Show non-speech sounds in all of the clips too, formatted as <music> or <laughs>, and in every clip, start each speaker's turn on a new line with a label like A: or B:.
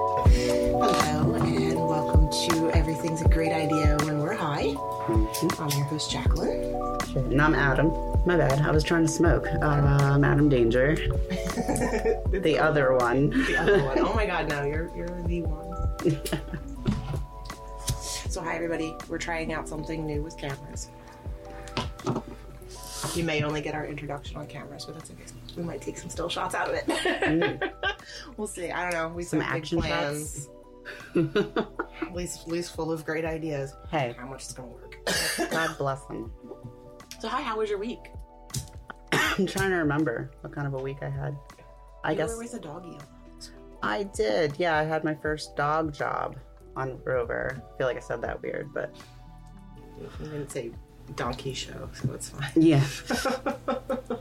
A: Hello, and welcome to Everything's a Great Idea When We're High.
B: Mm-hmm.
A: I'm your host, Jacqueline.
B: <laughs> And I'm Adam. My bad. I was trying to smoke. Um, Adam
A: <laughs>
B: Danger. the other one.
A: The other one. Oh my God, no, you're, you're the one. so, hi, everybody. We're trying out something new with cameras. You may only get our introduction on cameras, but that's okay. We might take some still shots out of it. <laughs> we'll see. I don't know. We
B: Mm. Some
A: some big
B: action
A: plans.
B: shots.
A: Lee's, Lee's full of great ideas.
B: Hey,
A: How much is going to
B: <laughs>
A: work?
B: God bless them.
A: so, hi, how was your week?
B: <laughs> I'm trying to remember what kind of a week I had. I
A: you
B: guess
A: were with a doggy.
B: I did. Yeah, I had my first dog job on Rover. I feel like I said that weird, but
A: You didn't say donkey show, so it's fine. <laughs>
B: yeah.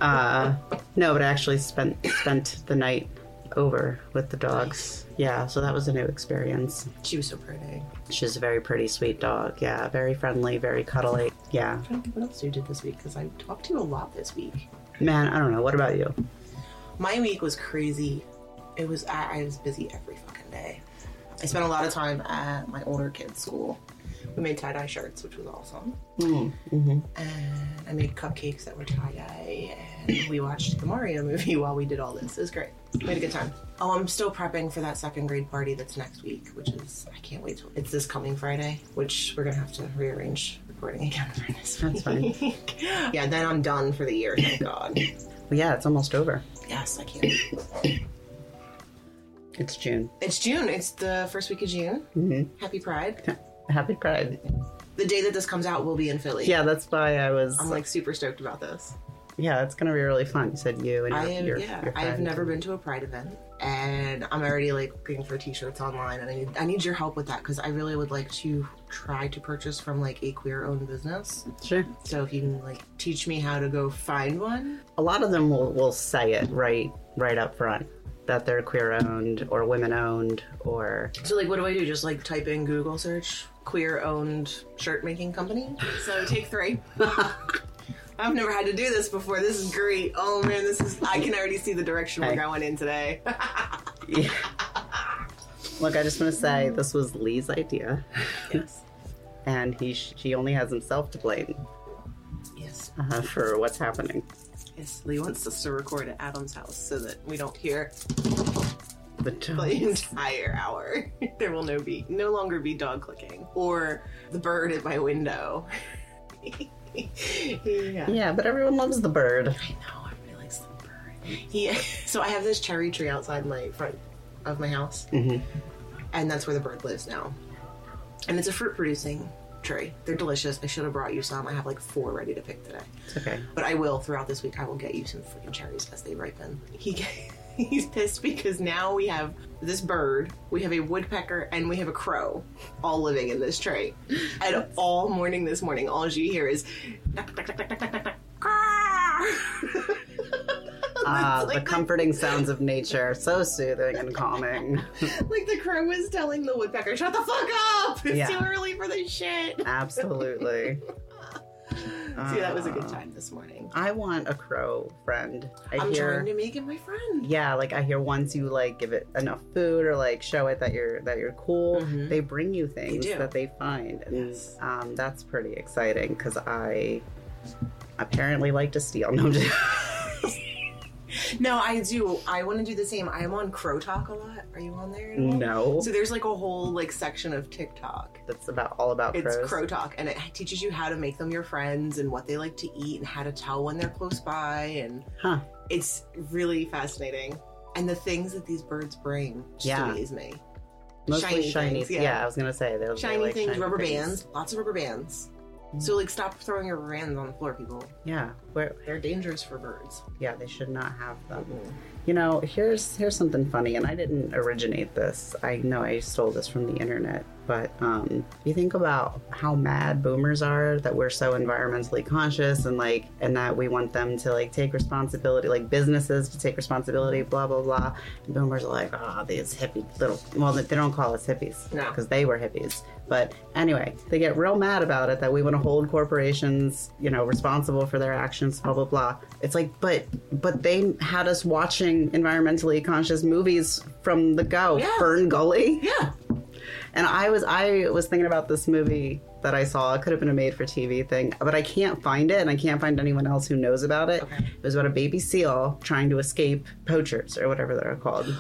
B: uh, no, but I actually spent spent the night over with the dogs. Yeah, so that was a new experience.
A: She was so pretty.
B: She's a very pretty, sweet dog. Yeah, very friendly, very cuddly. Yeah.
A: I'm trying to think what else you did this week because I talked to you a lot this week.
B: Man, I don't know. What about you?
A: My week was crazy. It was I, I was busy every fucking day. I spent a lot of time at my older kids' school. We made tie dye shirts, which was awesome.
B: Mm-hmm.
A: And I made cupcakes that were tie dye. And we watched the Mario movie <laughs> while we did all this. It was great. We had a good time. Oh, I'm still prepping for that second grade party that's next week, which is I can't wait. Till, it's this coming Friday, which we're gonna have to rearrange recording again <laughs> for this
B: That's fine.
A: <laughs> week. yeah, then I'm done for the year. Thank God.
B: Yeah, it's almost over.
A: Yes, I can't.
B: It's June.
A: It's June. It's the first week of June.
B: Mhm.
A: Happy Pride.
B: Happy Pride.
A: The day that this comes out, we'll be in Philly.
B: Yeah, that's why I was.
A: I'm like super stoked about this.
B: yeah, it's gonna be really fun. You said you and your,
A: I have,
B: your,
A: yeah,
B: your
A: I have
B: friend.
A: never been to a Pride event, and I'm already like looking for T-shirts online, and I need I need your help with that because I really would like to try to purchase from like a queer-owned business.
B: Sure.
A: So if you can like teach me how to go find one,
B: A lot of them will, will say it right right up front that they're queer owned or women owned or
A: so like what do I do? Just like type in Google search queer-owned shirt making company. So take three. <laughs> I've never had to do this before. This is great. Oh man, this is I can already see the direction we're
B: Hey.
A: going in today. <laughs>
B: Yeah. Look, I just want to say this was Lee's idea,
A: yes.
B: <laughs> and he she only has himself to blame
A: Yes.
B: uh, for what's happening.
A: Yes. Lee wants us to record at Adam's house so that we don't hear
B: The
A: the
B: dog.
A: entire hour. <laughs> there will no be no longer be dog clicking or the bird at my window. <laughs> yeah.
B: Yeah, but everyone loves the bird.
A: I know, I really like the bird. He <laughs> so I have this cherry tree outside my front of my house.
B: Mhm.
A: And that's where the bird lives now. And it's a fruit producing tree. They're delicious. I should have brought you some. I have like four ready to pick today.
B: It's okay.
A: But I will throughout this week. I will get you some freaking cherries as they ripen. He <laughs> he's pissed because now we have this bird, we have a woodpecker, and we have a crow, all living in this tree. And all morning this morning, all you hear is. "Duck, duck, duck, duck, duck, duck, <laughs> duck, duck, caw."
B: Ah,
A: <laughs> like
B: the comforting sounds of nature, so soothing
A: <laughs>
B: and calming.
A: like the crow is telling the woodpecker, "Shut the fuck up! It's
B: Yeah.
A: too early for this shit."
B: Absolutely.
A: <laughs> See, that was a good
B: Uh,
A: time this morning.
B: I want a crow friend. I
A: I'm
B: hear
A: trying to make it my friend.
B: yeah, like I hear once you like give it enough food or like show it that you're that you're cool,
A: Mhm.
B: they bring you things
A: do.
B: that they find, and
A: Yes.
B: um, that's pretty exciting because I apparently like to steal. <laughs> No, I'm just-
A: No, I do. I want to do the same. I am on Crow Talk a lot. Are you on there? At all?
B: <laughs> no,
A: So there's like a whole like section of TikTok.
B: that's about all about
A: It's
B: crows.
A: Crow Talk, and it teaches you how to make them your friends and what they like to eat and how to tell when they're close by, and
B: Huh.
A: it's really fascinating. And the things that these birds bring just
B: Yeah.
A: amaze me.
B: Mostly
A: Shiny
B: shiny.
A: things, yeah.
B: yeah. I was gonna say they're
A: Shiny
B: like
A: things,
B: shiny
A: rubber
B: things.
A: bands, lots of rubber bands.
B: Mm.
A: So like, stop throwing your rubber bands on the floor, people.
B: Yeah, where
A: They're dangerous for birds.
B: yeah they should not have them. you know, here's here's something funny, and I didn't originate this. I know I stole this from the internet, but um, you think about how mad boomers are that we're so environmentally conscious and like, and that we want them to like take responsibility, like businesses to take responsibility, blah blah blah. And boomers are like, ah, these hippie little. Well, they don't call us hippies
A: No.
B: because they were hippies. But anyway, they get real mad about it that we want to hold corporations, you know, responsible for their actions, blah blah blah. It's like, but but they had us watching environmentally conscious movies from the go,
A: Yeah.
B: Burn Gully,
A: Yeah.
B: and I was I was thinking about this movie that I saw. It could have been a made for TV thing, but I can't find it, and I can't find anyone else who knows about it.
A: Okay.
B: It was about a baby seal trying to escape poachers or whatever they're called,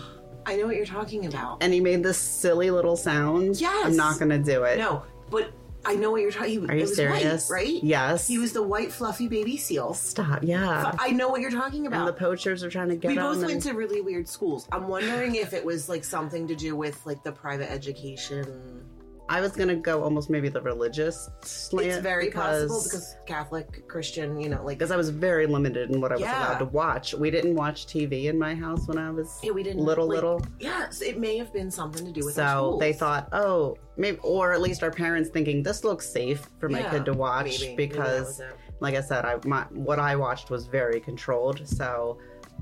A: I know what you're talking about.
B: and he made this silly little sound.
A: Yes.
B: I'm not gonna do it.
A: No, but I know what you're talking about.
B: Are you
A: was
B: serious?
A: White, right?
B: Yes.
A: He was the white fluffy baby seal.
B: <laughs> Stop. Yeah.
A: I know what you're talking
B: and the
A: about.
B: poachers are trying to get
A: We
B: him.
A: both went
B: and-
A: to really weird schools. I'm wondering if it was like something to do with like the private education.
B: I was gonna go almost maybe the religious slant.
A: It's very
B: because,
A: possible because Catholic, Christian, you know, like
B: because I was very limited in what I was
A: Yeah.
B: allowed to watch. We didn't watch TV in my house when I was
A: yeah, we didn't
B: little
A: like-
B: little.
A: Yes, it may have been something to do with. our
B: So
A: schools.
B: they thought, oh, maybe, or at least our parents thinking this looks safe for my
A: Yeah,
B: kid to watch
A: maybe, maybe that
B: because,
A: was it.
B: like I said, I my, what I watched was very controlled. So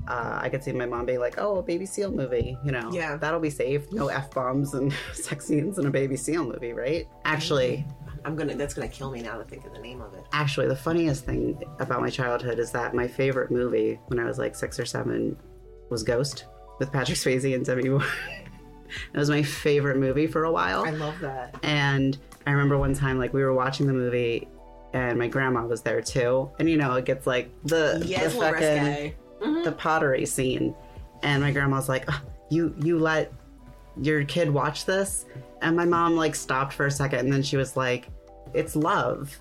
B: uh, I could see my mom being like, oh, a baby seal movie, you know,
A: Yeah.
B: that'll be safe, no f bombs and <laughs> sex scenes in a baby seal movie, right? Actually,
A: I'm gonna. That's gonna kill me now to think of the name of it.
B: actually, the funniest thing about my childhood is that my favorite movie when I was like six or seven was Ghost with Patrick Swayze and Demi Moore. <laughs> it was my favorite movie for a while.
A: I love that.
B: And I remember one time, like, we were watching the movie, and my grandma was there too. And you know, it gets like the
A: Yes,
B: the,
A: Lil
B: fucking-
A: Rescue.
B: the pottery scene, and my grandma's like, "Ugh, "You you let your kid watch this?" And my mom like stopped for a second, and then she was like, "It's love,"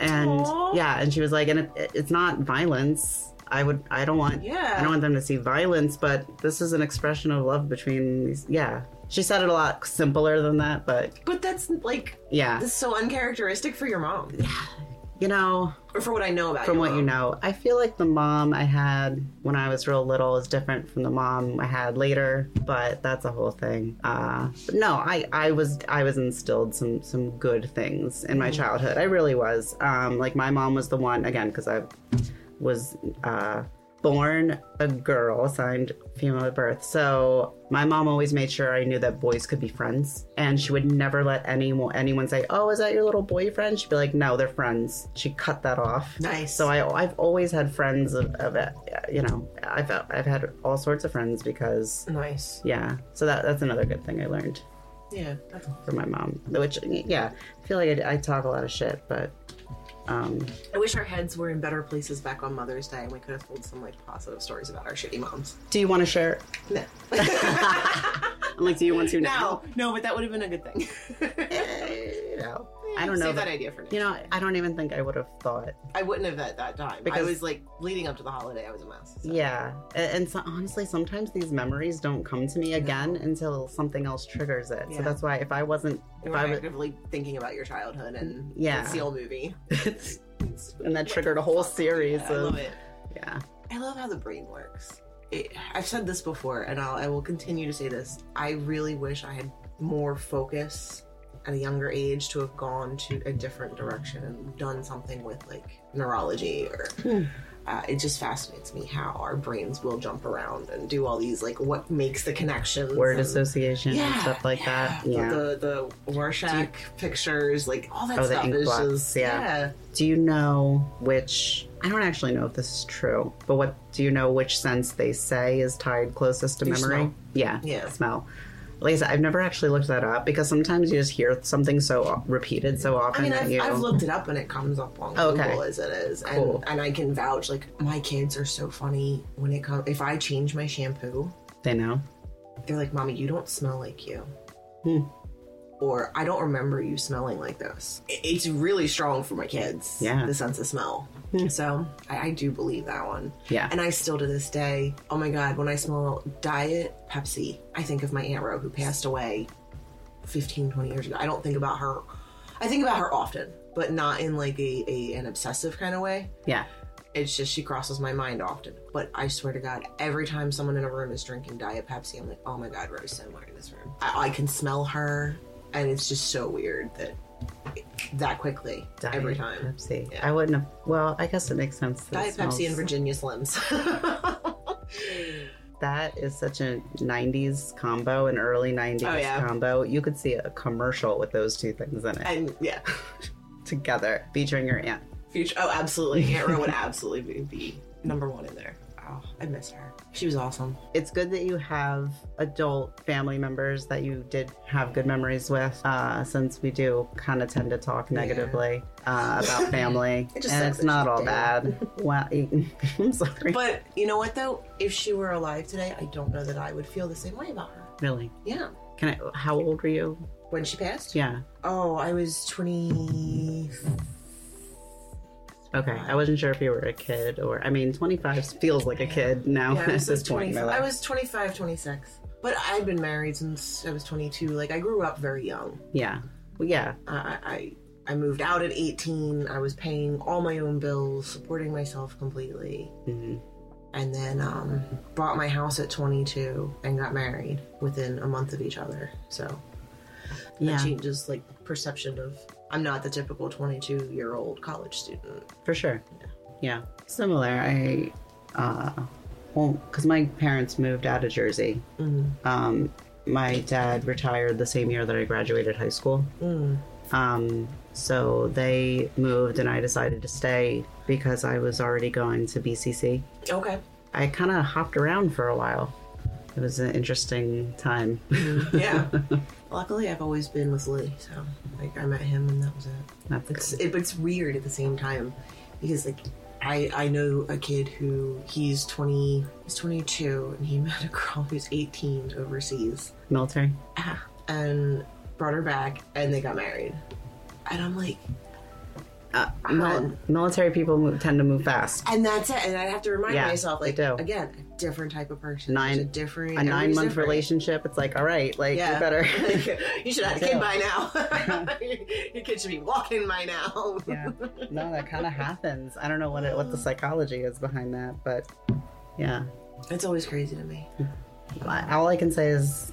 B: and
A: Aw.
B: yeah, and she was like, "And it, it's not violence." I would. I don't want.
A: Yeah.
B: I don't want them to see violence, but this is an expression of love between these. Yeah, she said it a lot simpler than that, but
A: But that's like
B: yeah.
A: that's so uncharacteristic for your mom,
B: you know,
A: or for what I know about
B: from
A: your
B: what you
A: mom.
B: know, I feel like the mom I had when I was real little is different from the mom I had later, but that's a whole thing. Uh, but no, I, I was I was instilled some some good things in
A: Mm-hmm.
B: my childhood. I really was. Um, like my mom was the one again because I was uh, born a girl, assigned female at birth. So my mom always made sure I knew that boys could be friends, and she would never let anyone anyone say, "Oh, is that your little boyfriend?" She'd be like, "No, they're friends." She cut that off.
A: Nice.
B: So I, I've always had friends of, of uh, you know, I've I've had all sorts of friends because
A: Nice.
B: yeah. So that that's another good thing I learned
A: Yeah. That's,
B: from my mom. Which yeah, I feel like I, I talk a lot of shit, but um,
A: I wish our heads were in better places back on Mother's Day, and we could have told some like positive stories about our shitty moms.
B: do you want to share?
A: No.
B: I'm like, do you want to now?
A: no, no, but that would have been a good thing. <laughs>
B: you know, I don't know.
A: Save
B: but-
A: that idea for next.
B: you know, I don't even think I would have thought.
A: I wouldn't have at that time. I
B: Because-
A: was like leading up to the holiday. I was a mess. so.
B: Yeah, A- and so, honestly, sometimes these memories don't come to me again until something else triggers it.
A: Yeah.
B: So that's why if I wasn't,
A: You
B: if
A: were
B: I was,
A: actively thinking about your childhood and
B: Yeah.
A: the Seal movie.
B: and that triggered a whole series
A: Yeah,
B: of
A: I love it.
B: yeah,
A: I love how the brain works. It, I've said this before, and I'll, I will continue to say this. I really wish I had more focus at a younger age to have gone to a different direction and done something with like neurology or. Uh, it just fascinates me how our brains will jump around and do all these like what makes the connections.
B: word
A: and-
B: association and
A: Yeah,
B: stuff like
A: yeah.
B: that. Yeah.
A: The the Rorschach pictures, like all that
B: Oh, the
A: stuff
B: ink
A: is
B: blots,
A: just
B: yeah. do you know which? I don't actually know if this is true, but what do you know which sense they say is tied closest to
A: Your
B: memory?
A: smell.
B: Yeah,
A: Yeah.
B: smell. Like I said, I've never actually looked that up because sometimes you just hear something so repeated so
A: I
B: often
A: mean,
B: that
A: I've,
B: you.
A: I've looked it up and it comes up on
B: Okay.
A: Google as it is, and
B: Cool.
A: and I can vouch. Like my kids are so funny when it comes. If I change my shampoo,
B: They know.
A: they're like, "Mommy, you don't smell like you."
B: Hmm.
A: Or I don't remember you smelling like this. I- It's really strong for my kids.
B: Yeah.
A: the sense of smell.
B: Hmm.
A: So I, I do believe that one.
B: Yeah.
A: And I still to this day, oh my God, when I smell Diet Pepsi, I think of my Aunt Ro who passed away 15, 20 years ago. I don't think about her. I think about her often, but not in like a, a an obsessive kind of way.
B: Yeah.
A: It's just she crosses my mind often. But I swear to God, every time someone in a room is drinking Diet Pepsi, I'm like, oh my God, Rose somewhere in this room. I, I can smell her, and it's just so weird that that quickly every
B: Diet
A: time.
B: Pepsi.
A: Yeah.
B: I wouldn't have. Well, I guess it makes sense. that
A: Diet
B: it
A: Pepsi and
B: smells-
A: Virginia Slims. <laughs>
B: That is such a 90s combo, an early 90s
A: Oh, yeah.
B: combo. You could see a commercial with those two things in it
A: and yeah,
B: together, featuring your aunt.
A: future. Oh, absolutely. Aunt
B: <laughs>
A: Ro would absolutely be the number one in there. Oh, I miss her. She was awesome.
B: It's good that you have adult family members that you did have good memories with, uh, since we do kind of tend to talk negatively uh,
A: <laughs>
B: about family.
A: It just
B: and
A: sucks
B: it's
A: that
B: not
A: she's
B: all
A: dead. <laughs>
B: bad. Well, <laughs> I'm sorry.
A: But you know what though? If she were alive today, I don't know that I would feel the same way about her.
B: really?
A: Yeah.
B: Can I? How old were you?
A: When she passed?
B: Yeah.
A: Oh, I was 20.
B: Okay. I wasn't sure if you were a kid or, I mean, 25 feels like a kid now
A: Yeah, I
B: <laughs> at
A: was
B: <laughs> this
A: like
B: point. in
A: 25
B: my life.
A: I was 25, 26. But I'd been married since I was 22. Like, I grew up very young.
B: Yeah. Well, yeah.
A: I, I I moved out at 18. I was paying all my own bills, supporting myself completely,
B: Mhm.
A: and then um, bought my house at 22 and got married within a month of each other. So
B: Yeah.
A: that changes like perception of I'm not the typical 22 year old college student.
B: For sure. Yeah. Similar. I, uh, well, because my parents moved out of Jersey.
A: Mm.
B: Um, my dad retired the same year that I graduated high school.
A: Mm.
B: Um, so they moved and I decided to stay because I was already going to BCC.
A: Okay.
B: I kind of hopped around for a while. It was an interesting time.
A: Yeah. <laughs> Luckily, I've always been with Lee, so like I met him and that was it.
B: <laughs> That's
A: It's it, but it's weird at the same time because like I I know a kid who he's twenty he's twenty two and he <laughs> met a girl who's eighteen overseas
B: military.
A: Ah, <laughs> and brought her back and they got married and I'm like
B: Uh, mil- military people move, tend to move fast.
A: and that's it and I have to remind
B: Yeah,
A: myself
B: they
A: like
B: do.
A: again a different type of person
B: Nine-
A: There's a different
B: A nine
A: everybody's
B: month
A: different.
B: relationship, it's like, all right, like,
A: Yeah.
B: you better.
A: <laughs> you should have a kid by now.
B: <laughs>
A: <laughs> Your kid should be walking by now.
B: yeah no that kind of happens i don't know what it, what the psychology is behind that but yeah
A: <laughs> It's always crazy to me.
B: I- all i can say is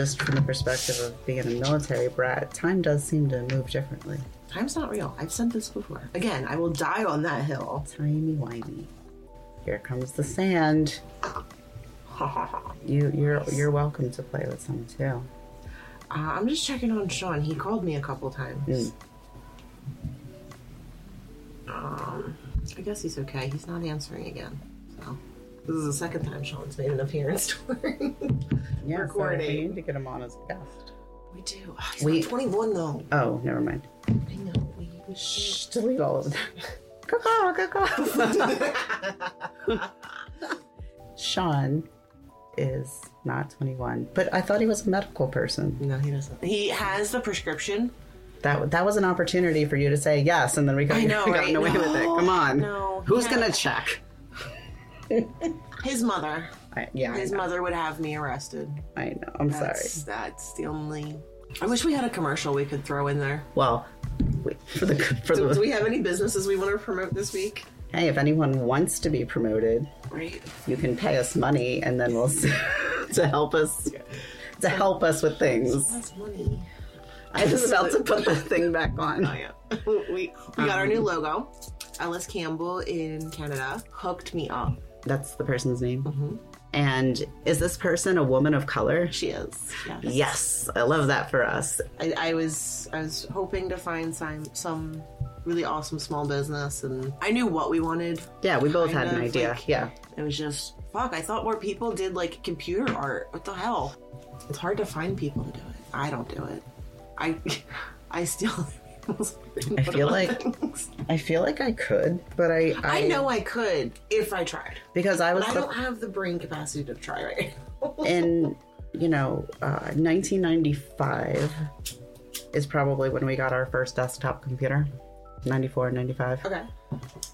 B: just from the perspective of being a military brat time does seem to move differently
A: Time's not real. I've said this before. Again, I will die on that hill. <laughs>
B: timey wimey here comes the sand
A: Ha ha ha.
B: you you're you're welcome to play with some too
A: Uh, I'm just checking on Sean. He called me a couple times. Um, I guess he's okay. He's not answering again. So this is the second time Sean's made an appearance <laughs> to her.
B: yeah so we
A: Recording.
B: need to get him on as a guest
A: we do. Oh, he's
B: We-
A: not 21 though.
B: oh never mind
A: I know. We, we should.
B: Shh, delete all <laughs> of that Caw-caw, caw-caw. <laughs> sean is not 21 but i thought he was a medical person
A: no, he doesn't. He has the prescription.
B: That that was an opportunity for you to say yes, and then <laughs> we could
A: I
B: have
A: know,
B: gotten
A: right?
B: away
A: No,
B: with it. Come on,
A: no.
B: who's
A: Yeah.
B: gonna check?
A: His mother.
B: I, yeah, I
A: His
B: know.
A: mother would have me arrested.
B: I know. I'm
A: That's,
B: sorry.
A: That's the only. I wish we had a commercial we could throw in there.
B: Well, we, for the for
A: Do,
B: the
A: do we have any businesses we want to promote this week?
B: hey, if anyone wants to be promoted,
A: Right.
B: you can pay us money, and then we'll <laughs> s- to help us to help us with things.
A: That's money.
B: I was about to put the thing back
A: Oh
B: on.
A: yeah. <laughs> we we got our
B: Um,
A: new logo. Alice Campbell in Canada hooked me up.
B: That's the person's name.
A: Mhm.
B: And is this person a woman of color?
A: She is. Yes.
B: Yes, I love that for us.
A: I, I was I was hoping to find some some really awesome small business, and I knew what we wanted.
B: Yeah, we both had
A: Kind of
B: an idea.
A: like-
B: yeah.
A: It was just fuck. I thought more people did like computer art. What the hell? It's hard to find people to do it. I don't do it. I <laughs> I still. <laughs>
B: I feel like- I feel like I could, but I
A: I know I could if I tried,
B: because I was
A: but I
B: the-
A: don't have the brain capacity to try right now. <laughs>
B: in you know uh, 1995 is probably when we got our first desktop computer. 94 95
A: okay.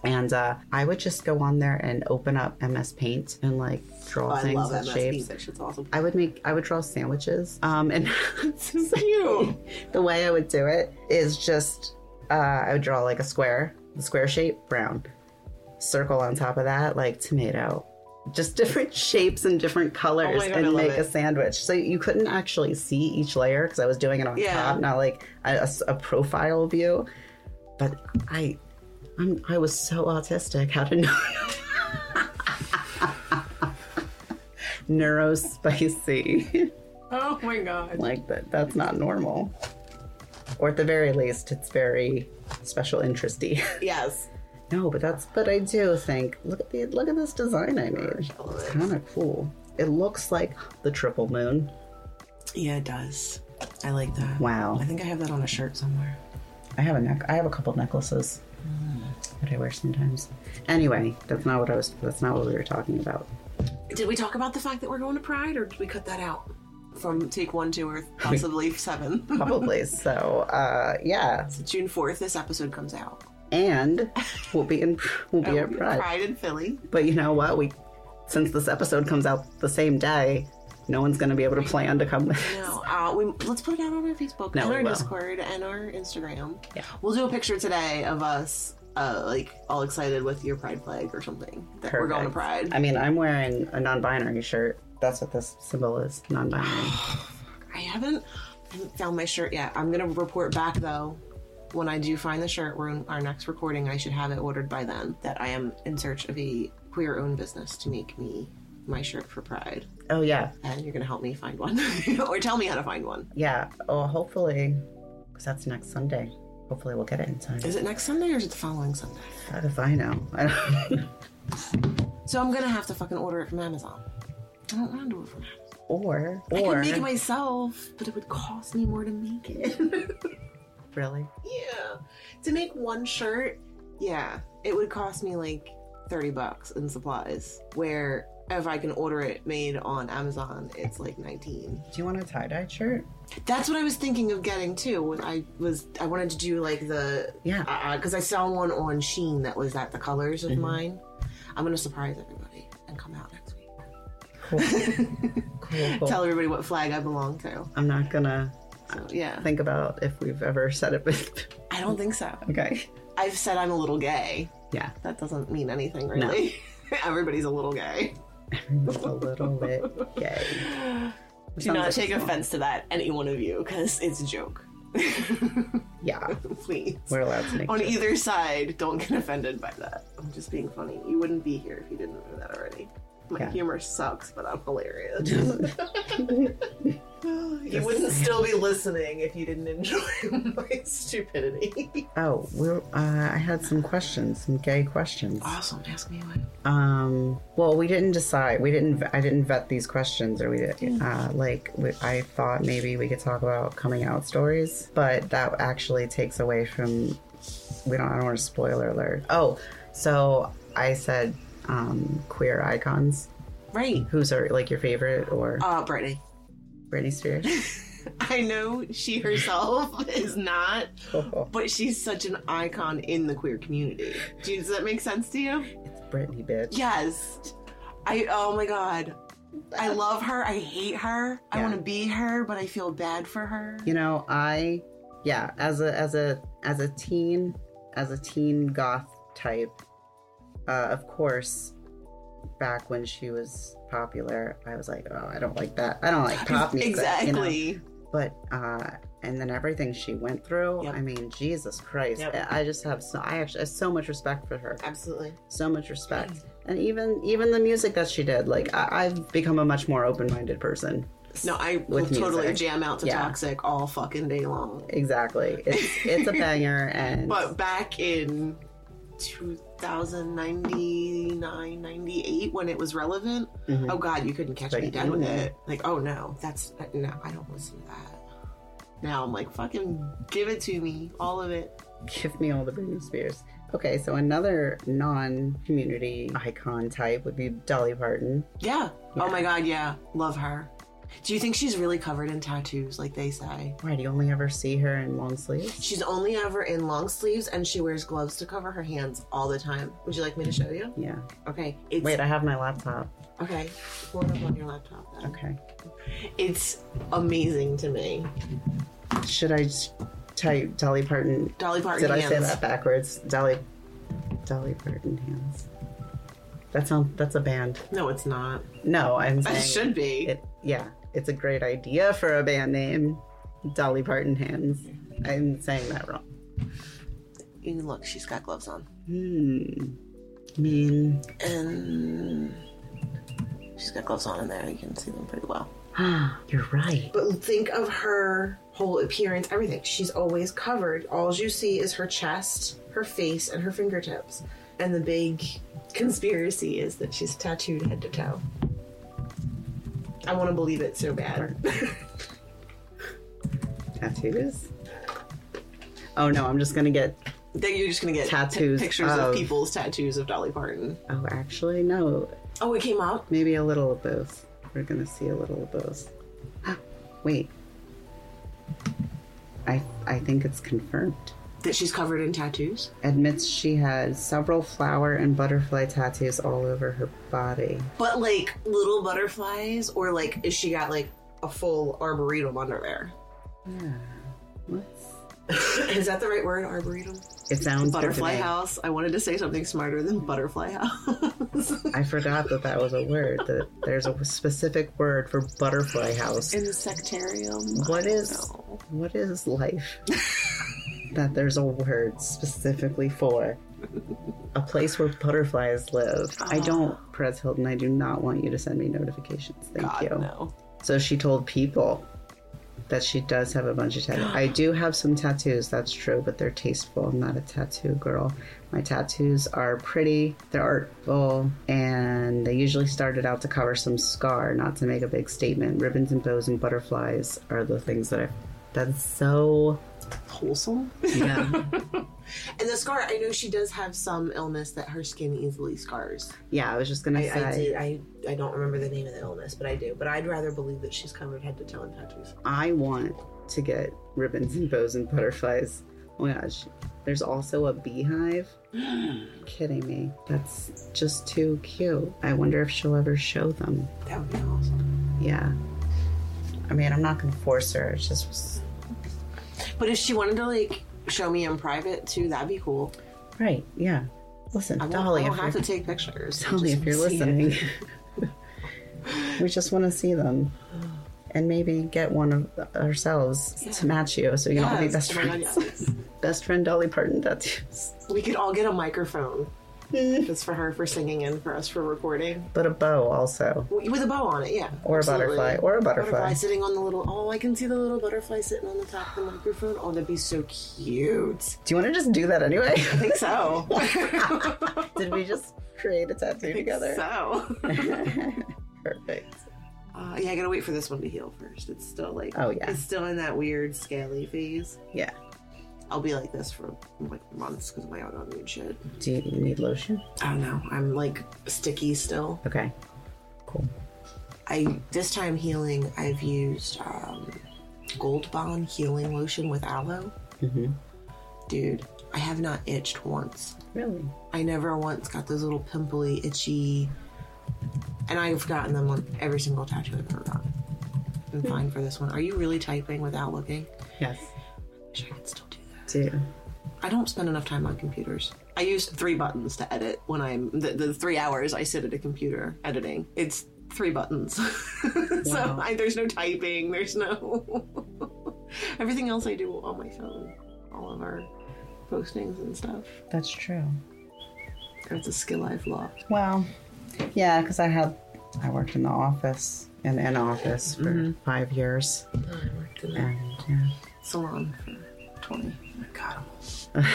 B: and uh, i would just go on there and open up ms paint and like draw
A: Oh, I
B: things
A: love
B: and
A: that
B: shapes
A: That shit's awesome. <laughs>
B: i would make i would draw sandwiches um and <laughs>
A: Cute.
B: the way i would do it is just uh, i would draw like a square the square shape brown circle on top of that, like tomato. Just <laughs> different shapes and different colors
A: Oh God, I
B: and
A: love
B: make
A: it.
B: a sandwich. So you couldn't actually see each layer because I was doing it on
A: Yeah.
B: top, not like a, a s- a profile view. But I, I'm, I was so autistic. How to know? <laughs> Neurospicy.
A: Oh my god.
B: like that that's not normal or at the very least it's very special interesty <laughs>
A: Yes.
B: no but that's but i do think look at the look at this design i made
A: I love
B: it's
A: it.
B: kind of cool it looks like the triple moon
A: Yeah, it does. I like that.
B: wow
A: I think I have that on a shirt somewhere.
B: i have a neck i have a couple necklaces that i wear sometimes anyway that's not what i was that's not what we were talking about
A: Did we talk about the fact that we're going to Pride, or did we cut that out from take one, two, or possibly <laughs> seven?
B: probably so uh yeah
A: June fourth, this episode comes out.
B: and we'll be in we'll be at pride
A: Pride in Philly.
B: But you know what? We since this episode comes out the same day, no one's going to be able to plan to come. <laughs>
A: No, uh, we let's put it out on our Facebook
B: No,
A: and
B: we
A: our
B: will.
A: Discord and our Instagram.
B: Yeah.
A: we'll do a picture today of us, uh, like all excited with your Pride flag or something that we're going to Pride.
B: I mean, I'm wearing a non-binary shirt. That's what this symbol is.
A: <sighs>
B: Non-binary.
A: I haven't, I haven't found my shirt yet. I'm gonna report back though. When I do find the shirt, we're in our next recording. I should have it ordered by then. That I am in search of a queer-owned business to make me my shirt for Pride,
B: oh yeah,
A: and you're gonna help me find one, <laughs> or tell me how to find one.
B: yeah. Oh, hopefully, because that's next Sunday. Hopefully, we'll get it in time.
A: Is it next Sunday or is it the following Sunday?
B: Fuck if I know. <laughs> I don't-
A: So I'm gonna have to fucking order it from Amazon. I don't want to do it from Amazon.
B: or
A: I
B: or
A: could make it myself, but it would cost me more to make it. <laughs>
B: really.
A: yeah. To make one shirt, yeah, it would cost me like 30 bucks in supplies. Where if I can order it made on Amazon, it's like 19.
B: Do you want a tie-dye shirt?
A: That's what I was thinking of getting too. When I was I wanted to do like the
B: Yeah.
A: because I saw one on Sheen that was at the colors of
B: Mhm.
A: mine. I'm gonna surprise everybody and come out next week. <laughs>
B: Cool. cool. cool.
A: Tell everybody what flag I belong to.
B: I'm not gonna
A: So yeah,
B: think about if we've ever said it. before.
A: I don't think so.
B: <laughs> okay.
A: I've said I'm a little gay.
B: Yeah.
A: That doesn't mean anything
B: No.
A: really. <laughs> Everybody's a little gay.
B: Everyone's a little bit gay.
A: <laughs> Do not
B: Sounds like
A: take
B: a song.
A: offense to that, any one of you, because it's a joke.
B: Yeah,
A: <laughs> Please.
B: we're allowed to make.
A: On
B: jokes.
A: either side, don't get offended by that. I'm just being funny. You wouldn't be here if you didn't know that already. My
B: Yeah.
A: humor sucks, but I'm <laughs> hilarious. you wouldn't still be listening if you didn't enjoy <laughs> my stupidity.
B: Oh, we're, uh, I had some questions, some gay questions.
A: Awesome. Ask me what.
B: Um, well, we didn't decide. We didn't. I didn't vet these questions, or we
A: Hmm.
B: did. Uh, like, we, I thought maybe we could talk about coming out stories, but that actually takes away from. We don't. I don't want to spoiler alert. Oh, so I said um, queer icons.
A: Right.
B: Who's are like your favorite or
A: Uh, Brittany. <laughs>
B: Britney Spears? <laughs>
A: I know she herself <laughs> is not,
B: Oh,
A: but she's such an icon in the queer community. Do you- Does that make sense to you?
B: Britney, bitch.
A: Yes. I oh my god. I love her. I hate her. I
B: Yeah.
A: want to be her, but I feel bad for her.
B: you know i yeah as a as a as a teen as a teen goth type uh, of course back when she was popular i was like oh i don't like that i don't like pop music you know?
A: exactly.
B: but uh and then everything she went through
A: Yep.
B: i mean jesus christ
A: Yep.
B: i I just have so i actually have so much respect for her
A: Absolutely.
B: so much respect and even even the music that she did like I, i've become a much more open-minded person
A: No, I will
B: With
A: totally
B: music.
A: jam out to
B: Yeah.
A: Toxic all fucking day long.
B: exactly it's
A: <laughs>
B: it's a banger and
A: But back in 2099, 98, when it was relevant,
B: Mhm.
A: oh god, you couldn't catch me
B: Like,
A: dead with
B: mm.
A: it. Like, oh no, that's no, I don't listen to that. Now I'm like, fucking give it to me, all of it.
B: Give me all the Britney Spears. Okay, so another non-community icon type would be Dolly Parton.
A: Yeah. Oh
B: Yeah.
A: my god, yeah, love her. Do you think she's really covered in tattoos, like they say?
B: Why do you only ever see her in long sleeves?
A: She's only ever in long sleeves and she wears gloves to cover her hands all the time. Would you like me to show you?
B: Yeah.
A: Okay. It's
B: Wait, I have my laptop.
A: okay. Hold up on your laptop then.
B: Okay.
A: It's amazing to me.
B: Should I s- type Dolly Parton?
A: Dolly Parton
B: Did I
A: hands.
B: say that backwards? Dolly Dolly Parton hands. That sounds. That's a band.
A: No, it's not.
B: No, I'm saying
A: It should be.
B: It, yeah, it's a great idea for a band name. Dolly Parton hands. I'm saying that wrong.
A: You can look. She's got gloves on,
B: Hmm. I mean,
A: and she's got gloves on in there. You can see them pretty well.
B: Ah, you're right.
A: But think of her whole appearance, everything. She's always covered. All you see is her chest, her face, and her fingertips. And the big conspiracy is that she's tattooed head to toe. I want to believe it so <laughs> bad.
B: Tattoos. Oh no, I'm just gonna get.
A: that you're just gonna get
B: Tattoos
A: pictures of,
B: of-
A: people's tattoos of Dolly Parton.
B: Oh, actually, no.
A: Oh, it came up.
B: Maybe a little of both. We're gonna see a little of both. <gasps> Ah, wait. I I think it's confirmed.
A: That she's covered in tattoos.
B: Admits she had several flower and butterfly tattoos all over her body.
A: But like little butterflies, or like is she got like a full arboretum under there?
B: Yeah. What's?
A: is that the right word, arboretum?
B: It sounds
A: Butterfly
B: good to me.
A: House. I wanted to say something smarter than Butterfly House. <laughs>
B: I forgot that that was a word. That there's a specific word for butterfly house.
A: Insectarium.
B: What
A: I don't <laughs>
B: is-
A: know.
B: What
A: <laughs>
B: is life? that there's a word specifically for a place where butterflies live. I
A: Ah.
B: don't, Perez Hilton, I do not want you to send me notifications. Thank
A: God,
B: you.
A: no.
B: So she told people that she does have a bunch of tattoos. I do have some tattoos, that's true, but they're tasteful. I'm not a tattoo girl. My tattoos are pretty, they're artful, and they usually started out to cover some scar, not to make a big statement. Ribbons and bows and butterflies are the things that I. That's so.
A: Wholesome.
B: Yeah.
A: And the scar. I know she does have some illness that her skin easily scars.
B: yeah, I was just
A: <laughs>
B: gonna
A: I,
B: say.
A: I did. I I don't remember the name of the illness, but I do. But I'd rather believe that she's covered head to toe in tattoos.
B: I want to get ribbons and bows and butterflies. Oh my gosh. There's also
A: <gasps>
B: a beehive. Kidding me. That's just too cute. I wonder if she'll ever show them.
A: That would be awesome.
B: Yeah. I mean, I'm not gonna force her. It's just
A: But if she wanted to like show me in private too, that'd be cool.
B: right. Yeah. Listen,
A: I won't,
B: Dolly,
A: I
B: if
A: won't have to
B: you're,
A: take pictures. I
B: <laughs> Dolly,
A: just
B: if you're
A: wanna see it.
B: listening,
A: <laughs>
B: we just want to see them, and maybe get one of ourselves to match you, so you can all be
A: Yes.
B: best
A: Oh my God,
B: friends.
A: yes.
B: <laughs> Best friend Dolly Parton tattoos.
A: We could all get a
B: <laughs>
A: microphone. Just for her for singing and for us for recording.
B: but a bow also
A: W- With a bow on it, yeah.
B: or
A: absolutely.
B: a butterfly or a butterfly,
A: Butterfly sitting on the little. Oh, I can see the little butterfly sitting on the top of the microphone. Oh, that'd be so cute.
B: do you want to just do that <laughs> anyway
A: I think so. <laughs>
B: did we just create a tattoo together
A: So.
B: <laughs> perfect
A: Uh, yeah, I gotta wait for this one to heal first. It's still like.
B: Oh, yeah.
A: It's still in that weird scaly phase.
B: yeah
A: I'll be like this for like months because of my autoimmune shit.
B: do you need lotion
A: I don't know. I'm like sticky still.
B: okay cool
A: I this time healing. I've used um, Gold Bond healing lotion with aloe.
B: mm-hmm.
A: Dude, I have not itched once.
B: really
A: I never once got those little pimply, itchy, and I've gotten them on every single tattoo I've ever gotten. I'm fine for this one. Are you really typing without looking?
B: yes
A: Wish I could still do that.
B: do
A: I don't spend enough time on computers. I use three buttons to edit when I'm the, the three hours I sit at a computer editing. It's three buttons, <laughs> so
B: Wow.
A: I, there's no typing. There's no <laughs> everything else I do on my phone. All of our postings and stuff.
B: that's true
A: It's a skill I've lost.
B: well yeah because i had i worked in the office in an office for five years and yeah
A: salon for 20. God, I'm old.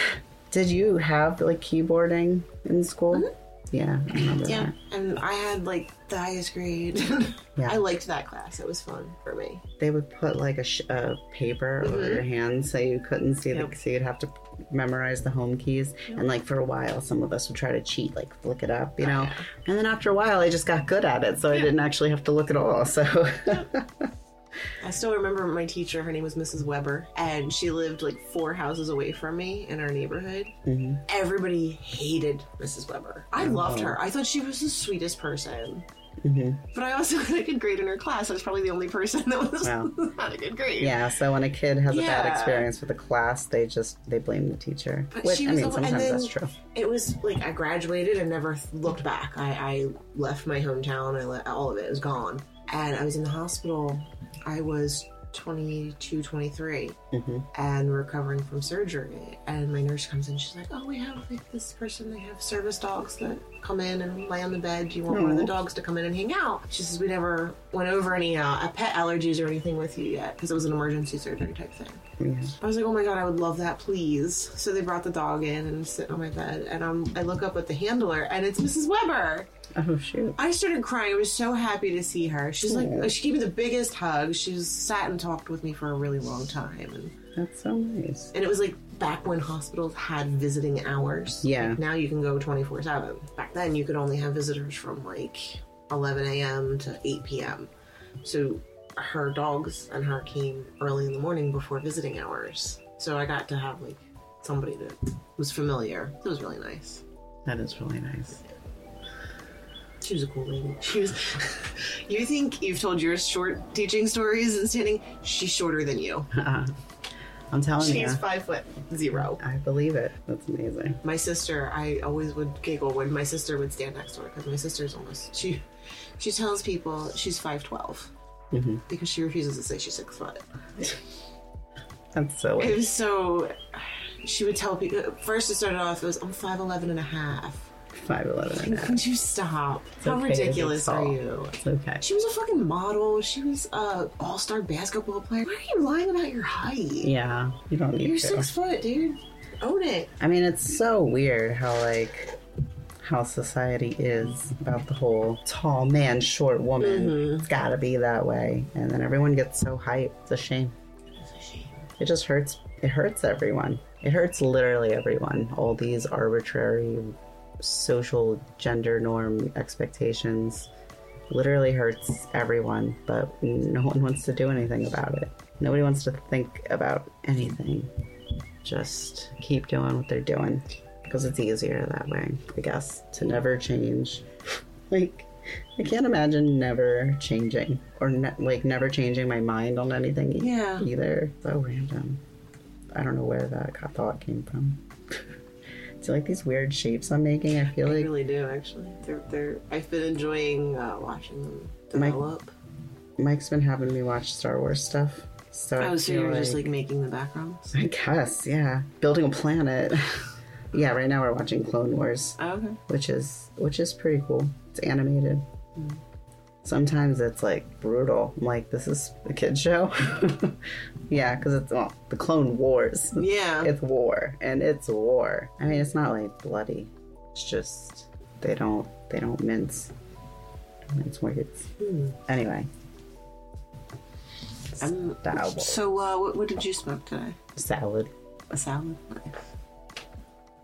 B: did you have like keyboarding in school Mm-hmm. yeah I remember
A: Yeah,
B: that.
A: and I had like the highest grade. <laughs>
B: Yeah.
A: I liked that class. It was fun for me.
B: they would put like a, sh- a paper over your hand so you couldn't see the
A: Mm-hmm. Yep.
B: so you'd have to memorize the home keys and like for a while some of us would try to cheat like flick it up you
A: Oh,
B: know and then after a while i just got good at it so i didn't actually have to look at all so <laughs>
A: I still remember my teacher. Her name was Mrs. Weber, and she lived like four houses away from me in our neighborhood.
B: Mhm. Oh,
A: Everybody hated Mrs. Weber. I loved her. I thought she was the sweetest person.
B: hmm
A: But I also <laughs> had a good grade in her class. I was probably the only person that was
B: Wow.
A: <laughs> not a good grade.
B: Yeah. So when a kid has a bad
A: Yeah.
B: experience with a class, they just they blame the teacher.
A: But
B: Which
A: she
B: I
A: was the
B: mean,
A: one-
B: sometimes
A: and
B: that's
A: then-
B: true.
A: It was like I graduated and never th- looked back. I, I left my hometown. I let all of it was gone. And I was in the hospital. I was 22, 23
B: hmm
A: and recovering from surgery. And my nurse comes in. She's like, oh, we have like, this person. They have service dogs that come in and lay on the bed. Do you want one of the
B: Aw.
A: dogs to come in and hang out? She says, we never went over any uh, pet allergies or anything with you yet because it was an emergency surgery type thing.
B: Yeah.
A: I was like, oh my god, I would love that, please. So they brought the dog in and sit on my bed, and um, I look up at the handler, and it's Mrs. Weber.
B: Oh shoot.
A: I started crying. I was so happy to see her. She's like,
B: Aw.
A: she gave me the biggest hug. She just sat and talked with me for a really long time, and,
B: That's so nice.
A: and it was like back when hospitals had visiting hours.
B: Yeah.
A: Now you can go twenty four seven. Back then, you could only have visitors from like eleven a.m. to eight p.m. So her dogs and her came early in the morning before visiting hours. So I got to have like somebody that was familiar. It was really nice.
B: That is really nice.
A: She was a cool lady. She was. <laughs> you think you've told your short teaching stories and standing? She's shorter than you.
B: Uh, <laughs> I'm telling
A: She's
B: you,
A: five foot zero.
B: I believe it. That's amazing.
A: My sister, I always would giggle when my sister would stand next to her because my sister's almost she. She tells people she's five twelve
B: Mhm.
A: because she refuses to say she's six foot.
B: That's so.
A: It was so. She would tell people. First, it started off, it was, I'm 5'11 and a half.
B: Five eleven and a half.
A: Can you stop? How
B: okay to be
A: ridiculous are
B: tall.
A: you?
B: It's okay.
A: She was a fucking model. She was a all star basketball player. Why are you lying about your height?
B: Yeah, you don't need
A: You're
B: to.
A: six foot, dude. Own it.
B: I mean, it's so weird how like how society is about the whole tall man, short woman.
A: Mm-hmm.
B: It's got to be that way, and then everyone gets so hyped. It's a shame. It just hurts. It hurts everyone. It hurts literally everyone. All these arbitrary social gender norm expectations literally hurts everyone, but no one wants to do anything about it. Nobody wants to think about anything just keep doing what they're doing because it's easier that way, I guess, to never change. <laughs> like, I can't imagine never changing or ne- like never changing my mind on anything e-
A: Yeah.
B: either. So random. I don't know where that co- thought came from. <laughs> Do you like these weird shapes I'm making? I feel
A: I
B: like
A: really do, actually. They're, they're, I've been enjoying uh, watching them
B: My-
A: develop.
B: Mike's been having me watch Star Wars stuff. So I
A: oh, so
B: feel
A: you're just
B: like-
A: like making the backgrounds?
B: I guess, yeah. Building
A: <laughs>
B: a planet. yeah, right now we're watching Clone Wars.
A: Oh, okay.
B: which is which is pretty cool. It's animated.
A: Mm.
B: Sometimes it's like brutal. I'm like, this is a kid show. <laughs> yeah, because it's well, the Clone Wars.
A: Yeah.
B: It's war, and it's war. I mean, it's not like bloody. It's just they don't they don't mince. Mince words.
A: Hmm.
B: Anyway.
A: I'm-
B: Salad.
A: So, uh, what, what did you smoke today?
B: Salad.
A: A salad? Nice.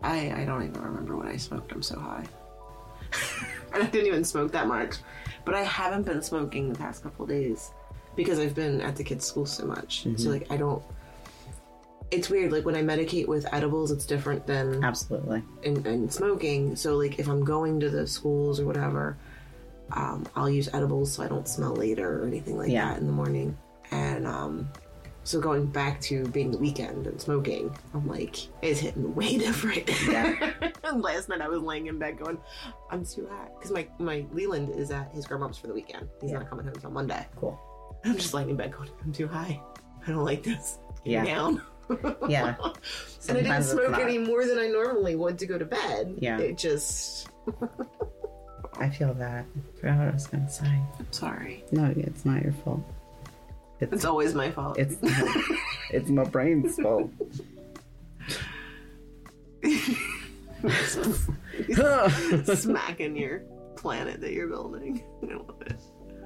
A: I, I don't even remember what I smoked. I'm so high. <laughs> and I didn't even smoke that much. But I haven't been smoking the past couple days because I've been at the kids' school so much.
B: Mm-hmm.
A: So, like, I don't. It's weird. Like, when I medicate with edibles, it's different than
B: Absolutely.
A: and, and smoking. So like if I'm going to the schools or whatever, um, I'll use edibles so I don't smell later or anything like
B: Yeah.
A: that in the morning. And um, so going back to being the weekend and smoking, I'm like it's hitting <laughs> way different.
B: Yeah.
A: <laughs> and last night I was laying in bed going, I'm too hot because my my Leland is at his grandma's for the weekend. He's
B: Yeah.
A: not coming home until Monday.
B: Cool.
A: I'm just laying in bed going, I'm too high. I don't like this. Get
B: Yeah.
A: Down. <laughs>
B: Yeah.
A: And I didn't
B: Sometimes it's
A: smoke
B: not.
A: any more than I normally would to go to bed.
B: Yeah.
A: It just.
B: I feel that. I forgot what I was gonna say.
A: I'm sorry.
B: No, it's not your fault.
A: It's always my fault.
B: It's
A: <laughs>
B: it's my brain's fault. <laughs>
A: smacking your planet that you're building. <laughs> I love it.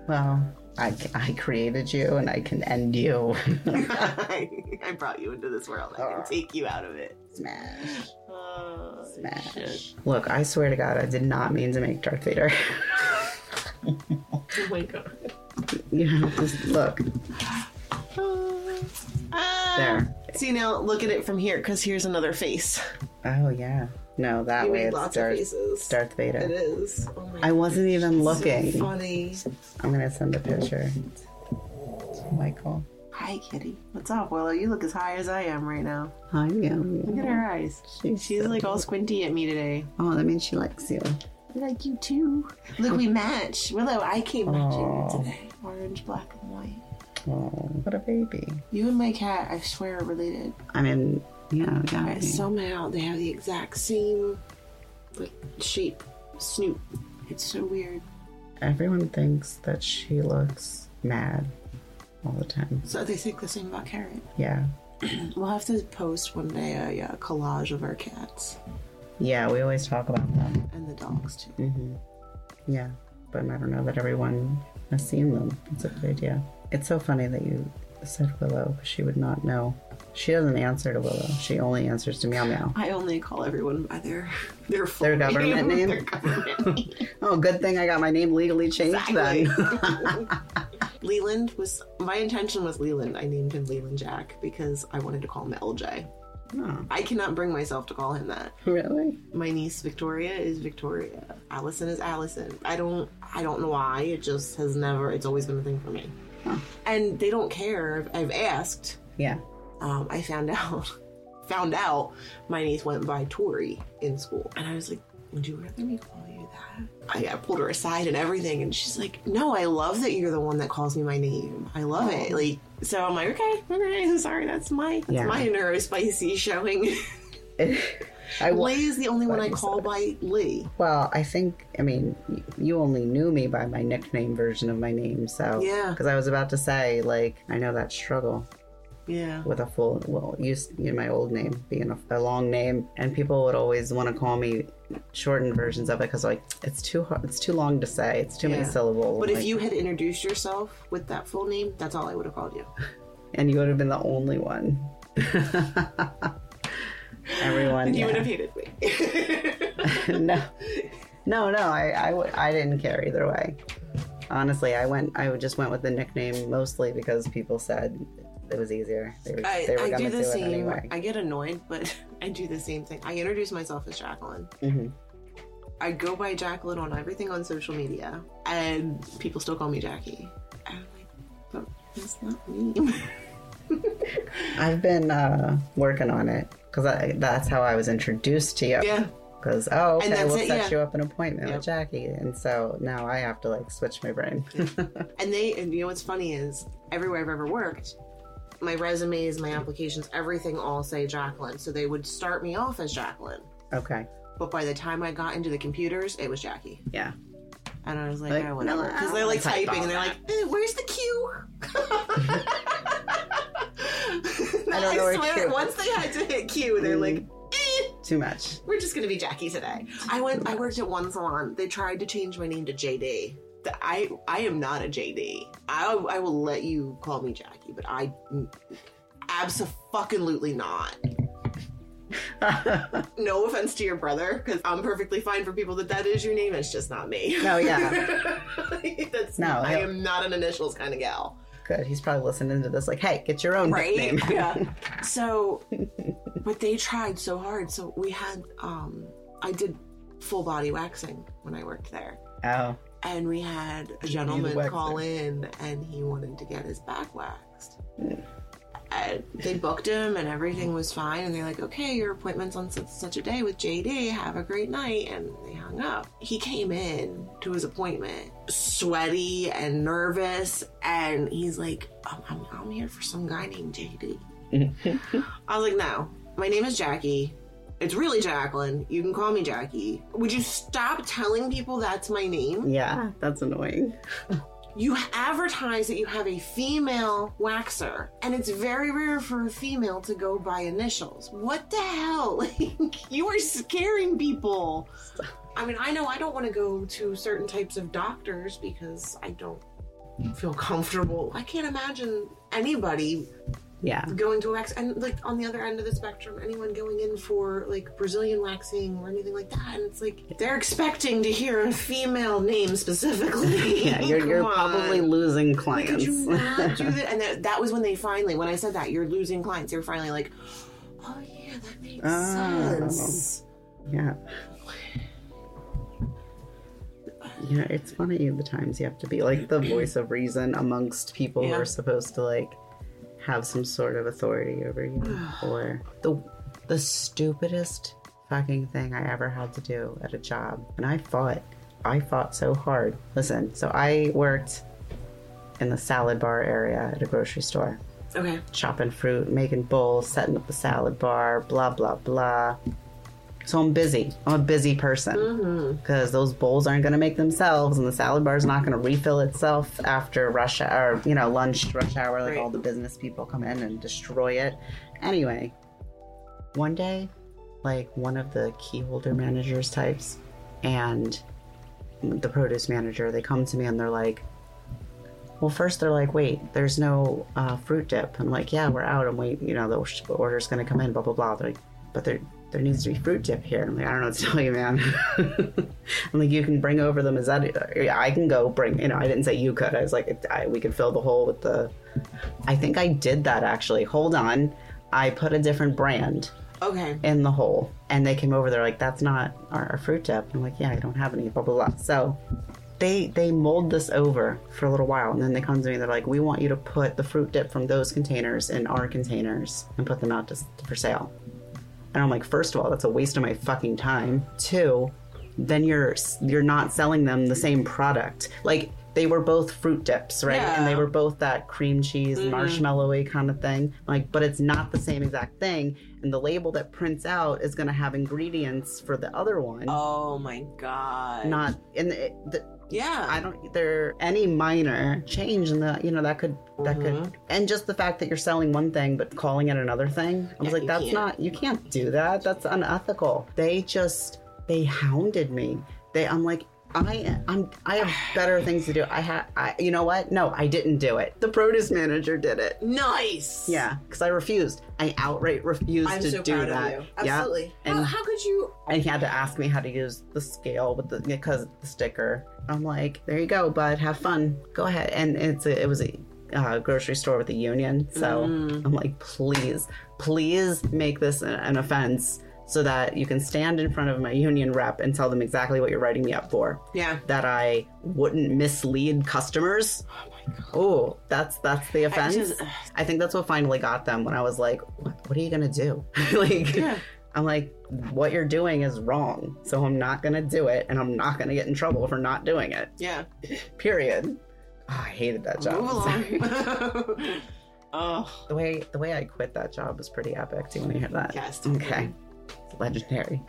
B: well, I, I created you and I can end you. <laughs>
A: <laughs> I brought you into this world. I
B: Ah.
A: can take you out of it.
B: Smash.
A: Oh,
B: Smash.
A: shit.
B: Look, I swear to God, I did not mean to make Darth Vader. <laughs>
A: Oh my god.
B: you have to look
A: Oh. Ah.
B: there.
A: See now, look at it from here because here's another face.
B: Oh yeah, No, that
A: you
B: way
A: made
B: it's
A: lots
B: Darth,
A: of faces.
B: Darth Vader.
A: It is. Oh my
B: I wasn't even
A: God, this
B: looking.
A: is so funny.
B: I'm gonna send a picture to Michael.
A: Hi, kitty. What's up, Willow? You look as high as I am right now.
B: Hi, yeah.
A: Look at her eyes.
B: She's
A: She's
B: so
A: like all
B: cute.
A: squinty at me today.
B: Oh, that means she likes you.
A: I like you too. Look, we match. Willow, I came matching
B: Aw.
A: today. Orange, black, and white.
B: Oh, what a baby.
A: You and my cat, I swear, are related.
B: I mean, yeah, yeah. I
A: But
B: mean,
A: somehow they have the exact same like shape. Snoop. It's so weird.
B: Everyone thinks that she looks mad all the time.
A: So they think the same about Carrot.
B: Yeah.
A: We'll have to post one day a, uh collage of our cats
B: Yeah, we always talk about them.
A: and the dogs too.
B: hmm Yeah, but I don't know that everyone has seen them. It's a good idea. It's so funny that you said Willow, because she would not know. She doesn't answer to Willow. She only answers to Meow Meow.
A: I only call everyone by their their full
B: Their government name?
A: <laughs> Their government name.
B: <laughs> Oh, good thing I got my name legally changed <laughs> then.
A: <laughs> Leland was my intention was Leland. I named him Leland Jack because I wanted to call him LJ.
B: Oh,
A: I cannot bring myself to call him that.
B: really?
A: My niece Victoria is Victoria. Allison is Allison. I don't I don't know why. It just has never it's always been a thing for me.
B: Huh.
A: And they don't care. I've- I've asked.
B: Yeah. <laughs>
A: Um, I found <laughs> out found out my niece went by Tori in school. And I was like, Would you rather me call you that? I, I pulled her aside and everything and she's like, No, I love that you're the one that calls me my name. I love it. Like so I'm like, Okay, <laughs> all right, sorry, that's my that's
B: Yeah.
A: my neurospicy <laughs> showing.
B: I will.
A: Lee is the only one
B: Glad
A: I
B: you
A: call
B: said it.
A: by Lee.
B: Well, I think, I mean, y- you only knew me by my nickname version of my name, so.
A: Yeah.
B: Because I was about to say, like, I know that struggle
A: Yeah.
B: with a full, well, used you know, my old name being a, a long name, and people would always want to call me shortened versions of it because, like, it's too hard, it's too long to say, it's too many
A: Yeah.
B: syllables.
A: But if
B: like-
A: you had introduced yourself with that full name, that's all I would have called you.
B: and you would have been the
A: <laughs>
B: only one. Everyone.
A: And <laughs> you would
B: yeah.
A: have hated me. <laughs>
B: <laughs> no, no, no. I, I, w- I didn't care either way. Honestly, I went. I just went with the nickname mostly because people said it was easier. They were,
A: I,
B: they were
A: I do
B: gonna do,
A: the
B: it
A: same.
B: anyway.
A: I get annoyed, but <laughs> I do the same thing. I introduce myself as Jacqueline.
B: Mhm.
A: I go by Jacqueline on everything on social media, and people still call me Jackie. And I'm like, but that's not me. <laughs>
B: I've been uh, working on it because that's how I was introduced to you.
A: yeah.
B: Because oh,
A: And
B: okay,
A: that's
B: we'll
A: it,
B: set
A: yeah.
B: you up an appointment
A: Yep.
B: with Jackie, and so now I have to like switch my brain. <laughs>
A: And they, and you know what's funny is everywhere I've ever worked, my resumes, my applications, everything all say Jacqueline. So they would start me off as Jacqueline.
B: okay,
A: But by the time I got into the computers, it was Jackie.
B: yeah.
A: And I was like,
B: Like,
A: oh,
B: no,
A: whatever.
B: I
A: Because
B: don't
A: they're like
B: wanna type
A: typing
B: all
A: and they're like, eh, where's the
B: <laughs>
A: Q? <laughs>
B: I don't know where Mm.
A: swear,
B: Q is.
A: once they had to hit Q, they're like, eh,
B: Too much. <laughs>
A: we're just gonna be Jackie today. I went. I worked at one salon. They tried to change my name to JD. The- I I am not a JD. I I will let you call me Jackie, but I mm, absolutely not.
B: no,
A: No offense to your brother, because I'm perfectly fine for people that that is your name. It's just not me.
B: yeah.
A: <laughs> That's
B: No,
A: I
B: I-
A: am not an initials kind of gal.
B: good. He's probably listening to this. Like, hey, get your own
A: right
B: nickname.
A: <laughs>
B: <laughs>
A: yeah so but they tried so hard so we had um i did full body waxing when i worked there
B: Oh.
A: and we had a
B: waxer.
A: gentleman call in and he wanted to get his back waxed and they booked him and everything was fine and they're like okay your appointment's on such, such a day with jd have a great night and they hung up he came in to his appointment sweaty and nervous and he's like i'm, I'm, I'm here for some guy named jd i was like no my name is jackie it's really Jacqueline. You can call me Jackie. Would you stop telling people that's my name?
B: Yeah, that's annoying.
A: you advertise that you have a female waxer, and it's very rare for a female to go by initials. What the hell? <laughs> Like, you are scaring people. I mean, I know I don't want to go to certain types of doctors because I don't feel comfortable. I can't imagine anybody
B: Yeah.
A: going to wax and like on the other end of the spectrum anyone going in for like brazilian waxing or anything like that and it's like they're expecting to hear a female name specifically
B: <laughs> <laughs> Yeah, you're,
A: Come
B: you're
A: on.
B: probably losing
A: Like, could
B: clients.
A: you
B: <laughs>
A: not do that and that, that was when they finally when i said that you're losing clients they were finally like oh yeah that makes
B: Oh.
A: sense
B: Yeah. Yeah, it's funny the times you have to be like the voice of reason amongst people who
A: Yeah.
B: are supposed to like have some sort of authority over you.
A: <sighs>
B: or the the stupidest fucking thing I ever had to do at a job. And I fought. I fought so hard. Listen, so I worked in the salad bar area at a grocery store
A: Okay.
B: chopping fruit, making bowls, setting up the salad bar, blah blah blah. So I'm busy. I'm a busy person because those bowls aren't going to make themselves, and the salad bar is not going to refill itself after rush hour, you know, lunch rush hour. Like
A: Right.
B: all the business people come in and destroy it. Anyway, one day, like one of the key holder managers types, and the produce manager, they come to me and they're like, well, first they're like, wait, there's no uh, fruit dip. I'm like, yeah, we're out. I'm waiting. You know, the sh- order's going to come in, blah, blah, blah. They're like, but there, there needs to be fruit dip here. I'm like, I don't know what to tell you, man. <laughs> I'm like, you can bring over the mazzetta. Yeah, I can go bring, you know, I didn't say you could. I was like, I, we could fill the hole with the. I think I did that actually. Hold on. I put a different brand
A: Okay.
B: in the hole. And they came over, they're like, that's not our, our fruit dip. I'm like, yeah, I don't have any, blah, blah, blah. So they they mold this over for a little while. And then they come to me, they're like, we want you to put the fruit dip from those containers in our containers and put them out to, s- for sale. And I'm like, first of all, that's a waste of my fucking time. Two, then you're s- you're not selling them the same product. Like they were both fruit dips, right? And they
A: Yeah.
B: were both that cream cheese,
A: Mm-hmm.
B: marshmallowy kind of thing. Like, but it's not the same exact thing. And the label that prints out is going to have ingredients for the other one.
A: Oh my god.
B: Not and it, the,
A: yeah.
B: I don't there any minor change in the you know that could that
A: Mm-hmm.
B: could and just the fact that you're selling one thing but calling it another thing. I was
A: Yeah,
B: like
A: you
B: that's
A: can't.
B: not you can't do that. That's unethical. They just they hounded me. They I'm like I I'm I have better things to do. I had I you know what? No, I didn't do it. The produce manager did it.
A: nice.
B: Yeah, because I refused. I outright refused
A: I'm
B: to
A: so
B: do
A: proud
B: that.
A: of you.
B: Yeah
A: Absolutely.
B: And-
A: how, how could you?
B: and he had to ask me how to use the scale with the because of the sticker. I'm like, there you go, bud. Have fun. Go ahead. And it's a, it was a uh, grocery store with a union, so
A: Mm.
B: I'm like, please, please make this an, an offense so that you can stand in front of my union rep and tell them exactly what you're writing me up for.
A: Yeah.
B: That I wouldn't mislead customers.
A: Oh my god.
B: Oh, that's that's the offense. I,
A: just-
B: think that's what finally got them when I was like, "What, what are you gonna do?" <laughs> like,
A: Yeah.
B: I'm like, "What you're doing is wrong, so I'm not gonna do it, and I'm not gonna get in trouble for not doing it."
A: Yeah.
B: Period. Oh, I hated that job.
A: Move along. <laughs> oh
B: <laughs> the way the way I quit that job was pretty epic. Do you want to hear that?
A: yes.
B: Okay.
A: <laughs>
B: Legendary.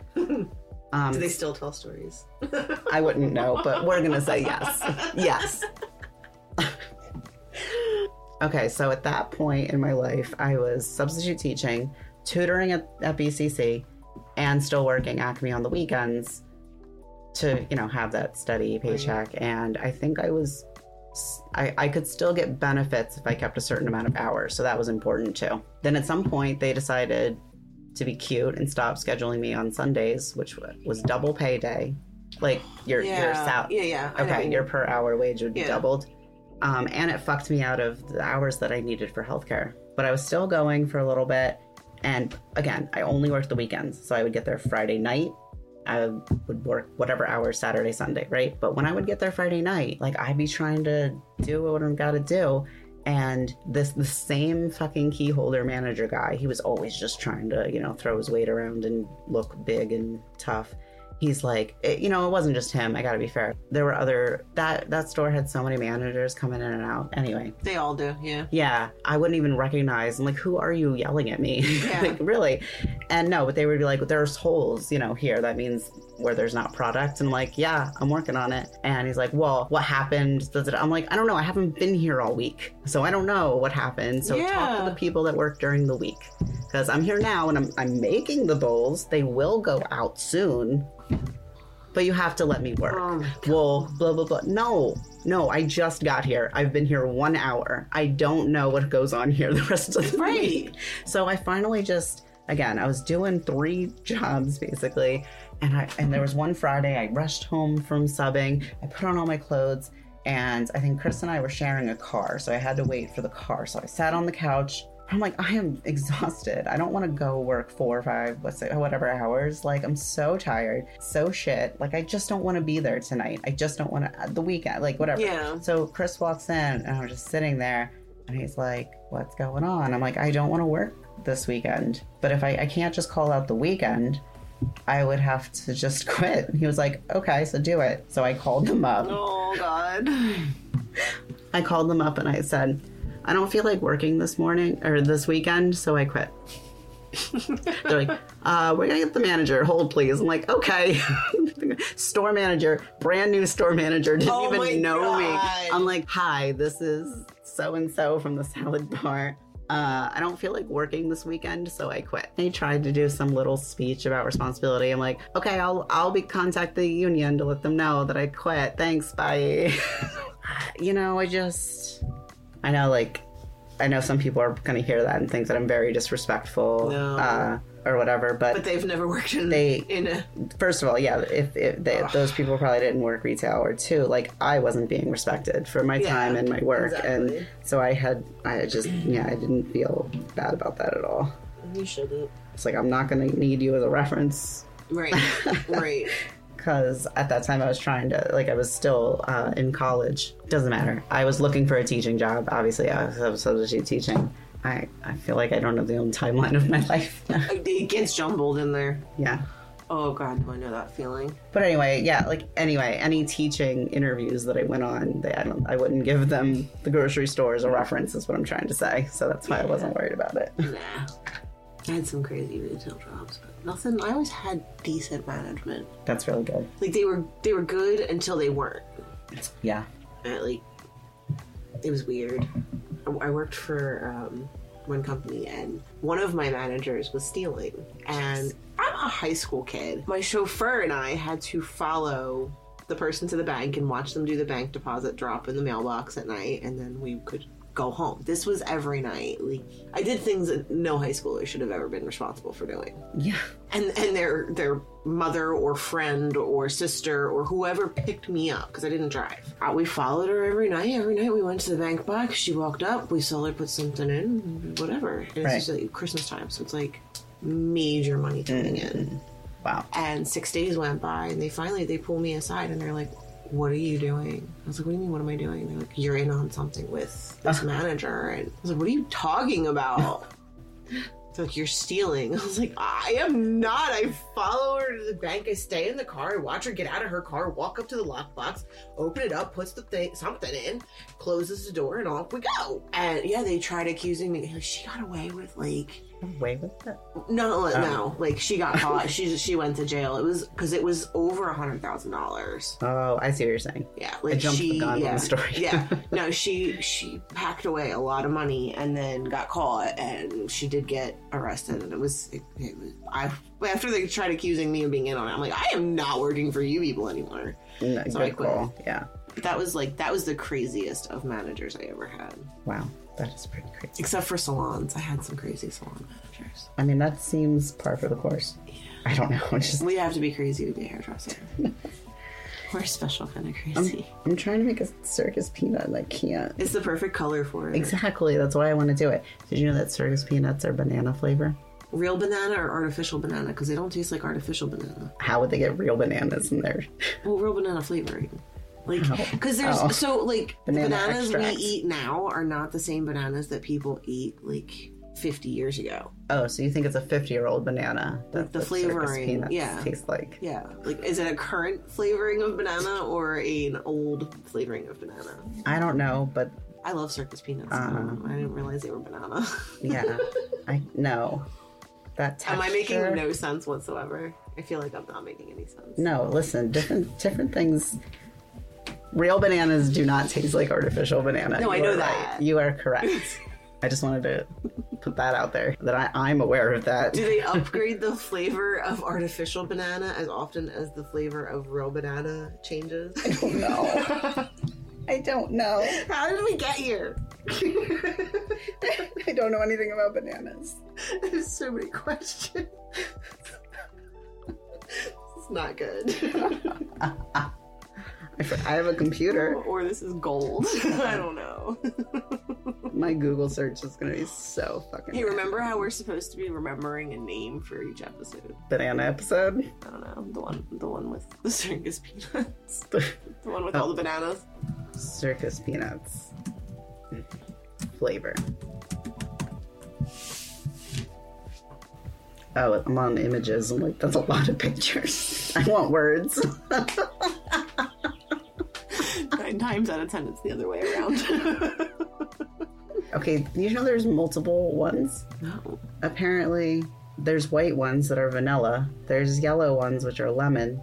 B: Um,
A: Do they still tell stories?
B: I wouldn't know, but we're gonna say Uh, yes.
A: <laughs>
B: Yes. okay, so at that point in my life, I was substitute teaching, tutoring at, at BCC, and still working Acme on the weekends to, you know, have that steady paycheck. And I think I was, I, I could still get benefits if I kept a certain amount of hours. So that was important too. Then at some point, they decided to be cute and stop scheduling me on Sundays, which wa- was double pay day. Like your your sal-
A: Yeah. Yeah. I
B: okay,
A: know.
B: your per hour wage would be
A: Yeah.
B: doubled. Um, and it fucked me out of the hours that I needed for healthcare. But I was still going for a little bit. And again, I only worked the weekends. So I would get there Friday night. I would work whatever hours Saturday, Sunday, right? But when I would get there Friday night, like I'd be trying to do what I've got to do. And this the same fucking key holder manager guy, he was always just trying to, you know, throw his weight around and look big and tough he's like it, you know it wasn't just him i gotta be fair there were other that that store had so many managers coming in and out anyway
A: They all do. Yeah.
B: yeah i wouldn't even recognize i'm like who are you yelling at me <laughs>
A: Yeah.
B: like really and no but they would be like there's holes you know here that means where there's not product and I'm like yeah i'm working on it and he's like well what happened Does it-" i'm like i don't know i haven't been here all week so i don't know what happened so talk to
A: Yeah.
B: the people that work during the week because i'm here now and I'm, I'm making the bowls they will go out soon but you have to let me work
A: Oh my
B: well, blah blah blah. No, no, I just got here. I've been here one hour. I don't know what goes on here <laughs> the rest of the
A: Right.
B: week. So I finally just again I was doing three jobs basically, and I and there was one Friday I rushed home from subbing. I put on all my clothes. And I think Chris and I were sharing a car, so I had to wait for the car. So I sat on the couch, I'm like, I am <laughs> exhausted. I don't want to go work four or five, what's it, whatever hours. Like, I'm so tired, so shit. Like, I just don't want to be there tonight. I just don't want to, the weekend, like, whatever.
A: Yeah.
B: So Chris walks in and I'm just sitting there and he's like, What's going on? I'm like, I don't want to work this weekend. But if I, I can't just call out the weekend, I would have to just <laughs> quit. He was like, Okay, so do it. So I called them up.
A: Oh God.
B: I called them up and I said, I don't feel like working this morning or this weekend, so I quit. <laughs> They're like, uh, we're gonna get the manager. Hold, please. I'm like, okay. <laughs> store manager, brand new store manager, didn't
A: Oh my
B: even know
A: God.
B: me. I'm like, hi, this is so and so from the salad bar. Uh, I don't feel like working this weekend, so I quit. They tried to do some little speech about responsibility. I'm like, okay, I'll I'll be contact the union to let them know that I quit. Thanks, bye. <laughs> you know, I just, I know, like, I know some people are gonna hear that and think that I'm very disrespectful
A: No.
B: uh, or whatever. But,
A: But they've never worked in
B: They-
A: in a
B: first of all, yeah, if, if they, those people probably didn't work retail, or two, like I wasn't being respected for my
A: Yeah,
B: time and my work,
A: exactly.
B: and so I had, I just, yeah, I didn't feel bad about that at all.
A: You shouldn't.
B: It's like I'm not gonna need you as a reference
A: Right. right.
B: because at that time I was trying to like I was still uh, in college. Doesn't matter. I was looking for a teaching job. Obviously, I was, I was substitute teaching. I, I feel like I don't know the own timeline of my <laughs> life.
A: It gets jumbled in there.
B: yeah.
A: Oh God, do I know that feeling?
B: But anyway, yeah, like anyway, any teaching interviews that I went on, they, I don't, I wouldn't give them the grocery store as a reference, is what I'm trying to say. So that's why I wasn't worried about it.
A: Nah. I had some crazy retail jobs, but nothing. I always had decent management.
B: That's really good.
A: Like they were they were good until they weren't.
B: Yeah.
A: Uh, like it was weird. I, I worked for um, one company, and one of my managers was stealing. And I'm a high school kid. My chauffeur and I had to follow the person to the bank and watch them do the bank deposit drop in the mailbox at night, and then we could go home. This was every night. Like I did things that no high schooler should have ever been responsible for doing
B: Yeah.
A: and and their their mother or friend or sister or whoever picked me up because I didn't drive. Uh, we followed her every night. Every night we went to the bank box. She walked up. We saw her put something in, whatever. And it's
B: Right.
A: just like Christmas time, so it's like major money coming
B: Mm.
A: in.
B: Wow.
A: And six days went by, and they finally they pull me aside, and they're like. What are you doing? I was like, What do you mean? What am I doing? They're like, You're in on something with this manager. And I was like, What are you talking about? It's like you're stealing. <laughs> I was like, I am not. I follow her to the bank. I stay in the car. I watch her get out of her car, walk up to the lockbox, open it up, puts the thing something in, closes the door, and off we go. And yeah, they tried accusing me. Like, she got away with like
B: Away with it.
A: no,
B: Um,
A: no, no. Like she got caught. she she went to jail. It was because it was over a hundred thousand dollars.
B: Oh, I see what you're saying.
A: Yeah, like
B: jumped the
A: she,
B: gun on
A: yeah,
B: the story. <laughs>
A: yeah, no, she she packed away a lot of money and then got caught, and she did get arrested. And it was, it, it was I after they tried accusing me of being in on it, I'm like, I am not working for you people anymore.
B: No,
A: So I
B: good
A: quit.
B: call. Yeah.
A: But that was like that was the craziest of managers I ever had,
B: Wow. That is pretty crazy.
A: except for salons. I had some crazy salon managers.
B: I mean, that seems par for the course. I don't know. <laughs> It's just
A: We have to be crazy to be a
B: <laughs>
A: hairdresser. We're a special kind
B: Um,
A: of crazy.
B: I'm trying to make a circus peanut and I can't.
A: it's the perfect color for it.
B: Exactly. That's why I want to do it. Did you know that circus peanuts are banana flavor?
A: Real banana or artificial banana? Because they don't taste like artificial banana.
B: How would they get real bananas in there? <laughs>
A: Well, real banana flavoring. Like,
B: Oh.
A: because there's
B: Oh.
A: so like
B: Banana
A: the bananas
B: extract.
A: we eat now are not the same bananas that people ate like 50 years ago.
B: Oh, so you think it's a 50 year old banana that
A: the
B: the circus
A: flavoring,
B: peanuts
A: yeah.
B: taste like?
A: Yeah, like is it a current flavoring of banana or an old flavoring of banana?
B: I don't know, but
A: I love circus peanuts.
B: Uh-huh.
A: I didn't realize they were banana. <laughs>
B: <laughs> yeah, I know that texture.
A: Am I making no sense whatsoever? I feel like I'm not making any sense.
B: No, listen, different different things. Real bananas do not taste like artificial banana.
A: No, I
B: You
A: know
B: are
A: that.
B: You are correct. I just wanted to put that out there that I, I'm aware of that. <laughs>
A: Do they upgrade the flavor of artificial banana as often as the flavor of real banana changes?
B: Oh, no. I don't know.
A: <laughs>
B: <laughs>
A: How did we get here?
B: I don't know anything about bananas.
A: <laughs> There's so many questions. <laughs> it's not good.
B: I I for- I have a computer.
A: Or this is <laughs> gold. I don't know. Oh.
B: My Google search is gonna be so fucking.
A: hey, remember how we're supposed to be remembering a name for each episode?
B: banana episode? <laughs>
A: I don't know. The one the one with the circus peanuts. The one with all the bananas.
B: Circus peanuts flavor. Oh, I'm on images. I'm like, that's a lot of pictures. <laughs> I want words.
A: Nine times out of ten it's the other way around. <laughs>
B: okay, you know there's multiple ones.
A: no.
B: Apparently, there's white ones that are vanilla. There's yellow ones which are lemon.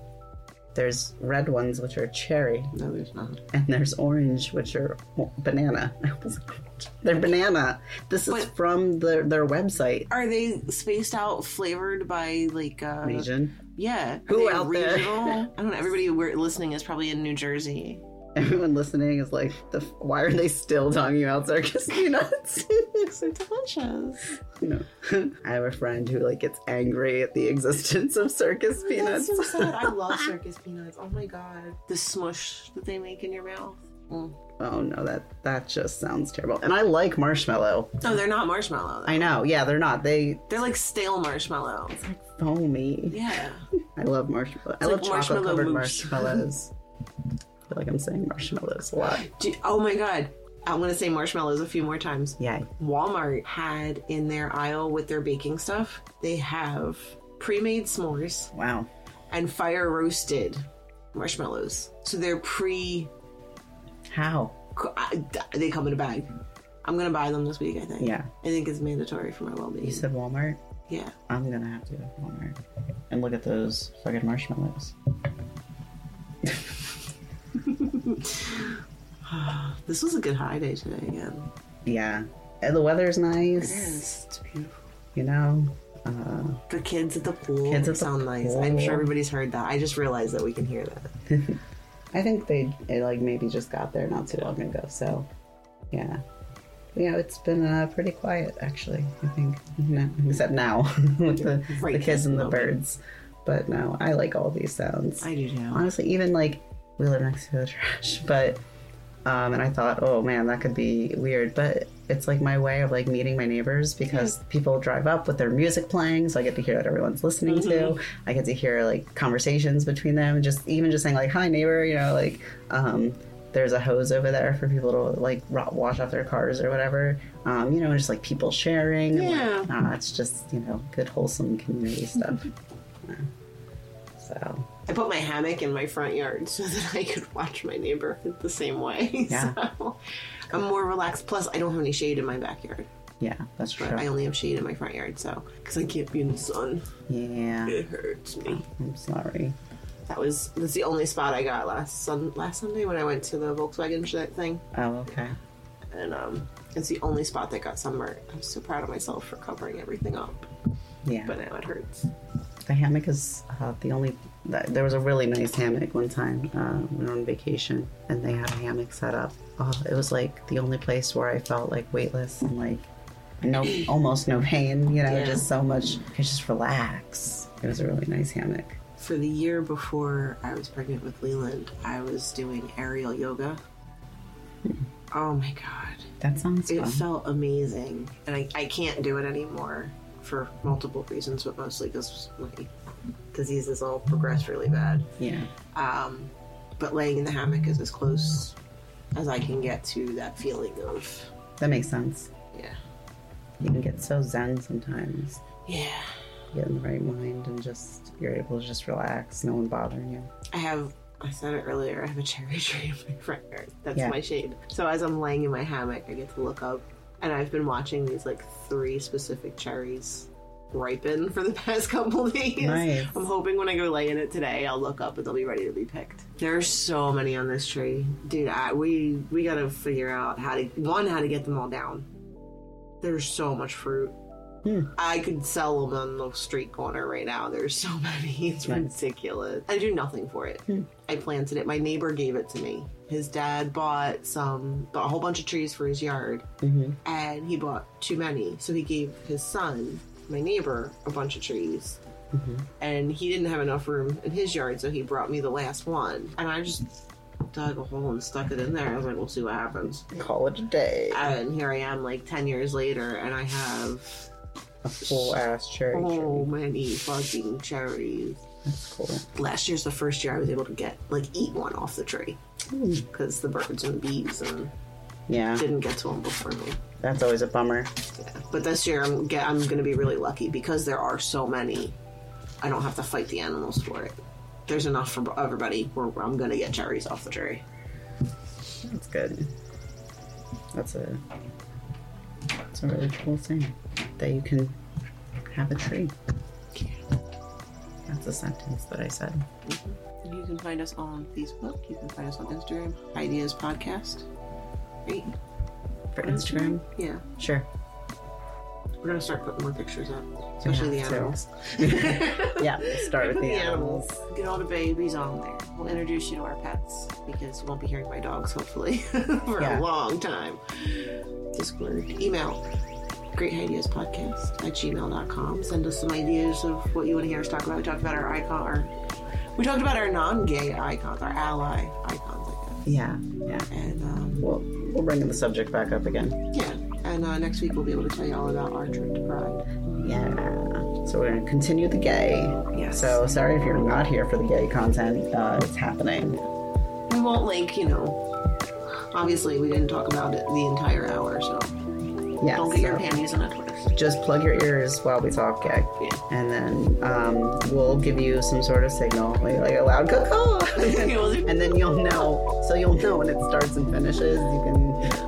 B: There's red ones which are cherry,
A: No, there's not.
B: and there's orange which are well, banana. <laughs> I was- They're banana. This is
A: But-
B: from the, their website.
A: Are they spaced out flavored by like uh
B: Region.
A: Yeah.
B: Who
A: Are they
B: out there?
A: <laughs> regional? I don't know. Everybody we're listening is probably in New Jersey.
B: <laughs> Everyone listening is like, the, f- why are they still talking about circus peanuts? <laughs>
A: so delicious.
B: no. <laughs> I have a friend who like gets angry at the existence of circus
A: Oh, That's
B: peanuts.
A: so sad. I love circus peanuts. Oh my god. The smush that they make in your mouth. Mm.
B: <laughs> oh no, that that just sounds terrible. And I like marshmallow.
A: No, Oh, they're not marshmallow. though.
B: I know, yeah, they're not. They
A: They're like stale marshmallow.
B: foamy.
A: Yeah.
B: I love marshmallow. I
A: It's
B: love
A: like
B: chocolate covered
A: marshmallow <laughs>
B: marshmallows. I feel like I'm saying marshmallows a lot.
A: Do, oh my god. I'm gonna say marshmallows a few more times.
B: Yay.
A: Walmart had in their aisle with their baking stuff, they have pre-made s'mores
B: Wow.
A: and fire roasted marshmallows. So they're pre
B: How?
A: I- they come in a bag. I'm gonna buy them this week, I think.
B: Yeah.
A: I think it's mandatory for my well-being.
B: You said Walmart?
A: yeah.
B: I'm gonna have to go to Walmart and look at those fucking marshmallows.
A: This was a good high day today again.
B: Yeah. And the weather's
A: It
B: nice.
A: is. It's beautiful.
B: You know? Uh,
A: The kids at the pool
B: Kids at the
A: sound nice. I'm
B: pool.
A: sure everybody's heard that. I just realized that we can hear that.
B: I think they it, like maybe just got there not too long ago. So, yeah. Yeah, it's been uh, pretty quiet actually. I think, no, except now <laughs> with the,
A: Right,
B: the kids and the
A: no.
B: birds. But no, I like all these sounds.
A: I do too.
B: honestly even like we live next to the trash <laughs> but um and i thought oh man that could be weird but it's like my way of like meeting my neighbors because people drive up with their music playing so i get to hear what everyone's listening to i get to hear like conversations between them just even just saying like hi neighbor you know like um there's a hose over there for people to like ro- wash off their cars or whatever um you know and just like people sharing and,
A: Yeah.
B: like, ah, it's just you know good wholesome community stuff Yeah. so
A: I put my hammock in my front yard so that I could watch my neighborhood the same way. <laughs>
B: Yeah.
A: So I'm more relaxed. Plus, I don't have any shade in my backyard.
B: Yeah, that's true.
A: But I only have shade in my front yard, so because I can't be in the sun,
B: yeah,
A: it hurts me.
B: I'm sorry.
A: That was that's the only spot I got last sun last Sunday when I went to the Volkswagen sh- thing,
B: Oh, okay.
A: and um, it's the only spot that got sunburned. I'm so proud of myself for covering everything up,
B: Yeah,
A: but now it hurts.
B: the hammock is uh, the only. th- There was a really nice hammock one time. Uh, we were on vacation, and they had a hammock set up. Oh, it was like the only place where I felt like weightless and like no, almost no pain. You know,
A: Yeah.
B: just so much. I could just relax. It was a really nice hammock.
A: For the year before I was pregnant with Leland, I was doing aerial yoga. Oh my god.
B: That sounds
A: It
B: fun.
A: felt amazing. And I, I can't do it anymore for multiple reasons, but mostly because my diseases all progressed really bad.
B: yeah,
A: Um, but laying in the hammock is as close as I can get to that feeling of,
B: that makes sense.
A: yeah.
B: You can get so zen sometimes.
A: Yeah.
B: Get in the right mind and just you're able to just relax. No one bothering you.
A: I have. I said it earlier. I have a cherry <laughs> tree in my front yard. That's
B: Yeah.
A: my shade. So as I'm laying in my hammock, I get to look up, and I've been watching these like three specific cherries ripen for the <laughs> past couple days.
B: Nice.
A: I'm hoping when I go lay in it today, I'll look up and they'll be ready to be picked. There's so many on this tree, dude. I, we we gotta figure out how to one how to get them all down. There's so much fruit.
B: Hmm.
A: I could sell them on the street corner right now. There's so <laughs> many. It's
B: Nice.
A: ridiculous. I do nothing for it.
B: Hmm.
A: I planted it. My neighbor gave it to me. His dad bought some, bought a whole bunch of trees for his yard,
B: Mm-hmm.
A: and he bought too many. So he gave his son, my neighbor, a bunch of trees.
B: Mm-hmm.
A: And he didn't have enough room in his yard, so he brought me the last one. And I just dug a hole and stuck it in there. I was like, we'll see what happens.
B: Call it a day.
A: And here I am, like 10 years later, and I have
B: A full ass cherry
A: so
B: tree.
A: many fucking cherries.
B: That's cool.
A: Last year's the first year I was able to get, like, eat one off the tree because the birds and bees and
B: Yeah,
A: didn't get to them before me.
B: that's always a bummer.
A: Yeah. But this year I'm get, I'm going to be really lucky because there are so many. I don't have to fight the animals for it. There's enough for everybody. Where I'm going to get cherries off the tree.
B: That's good. That's a that's a really cool thing that you can have a tree. That's a sentence that I said.
A: You can find us on Facebook. You can find us on Instagram. Ideas Podcast. Right?
B: For Instagram,
A: Yeah.
B: sure.
A: We're going to start putting more pictures up, especially the
B: Yeah, so-
A: animals.
B: <laughs> Yeah, we'll start with
A: Put
B: the animals.
A: Get all the babies on there. We'll introduce you to our pets because you won't be hearing my dogs, hopefully, <laughs> for
B: Yeah.
A: a long time. Discord. Email great ideas podcast at gmail.com. Send us some ideas of what you want to hear us talk about. We talked about our icon, our, we talked about our non gay icons, our ally icons, I
B: Yeah, yeah.
A: guess. And um,
B: We'll we'll bring the subject back up again.
A: yeah, and uh, next week we'll be able to tell you all about our trip to Pride.
B: Yeah. So we're gonna continue the gay.
A: Yeah,
B: So sorry if you're not here for the gay content. Uh, it's happening.
A: we won't link, you know. Obviously, we didn't talk about it the entire hour, so
B: Yeah.
A: don't get your
B: so
A: panties in a twist.
B: Just plug your ears while we talk gay.
A: Yeah.
B: and then um, we'll give you some sort of signal, like like a
A: <laughs>
B: loud <laughs> cuckoo, and then you'll know. So you'll know when it starts and finishes. You
A: <laughs>
B: can uh, <laughs>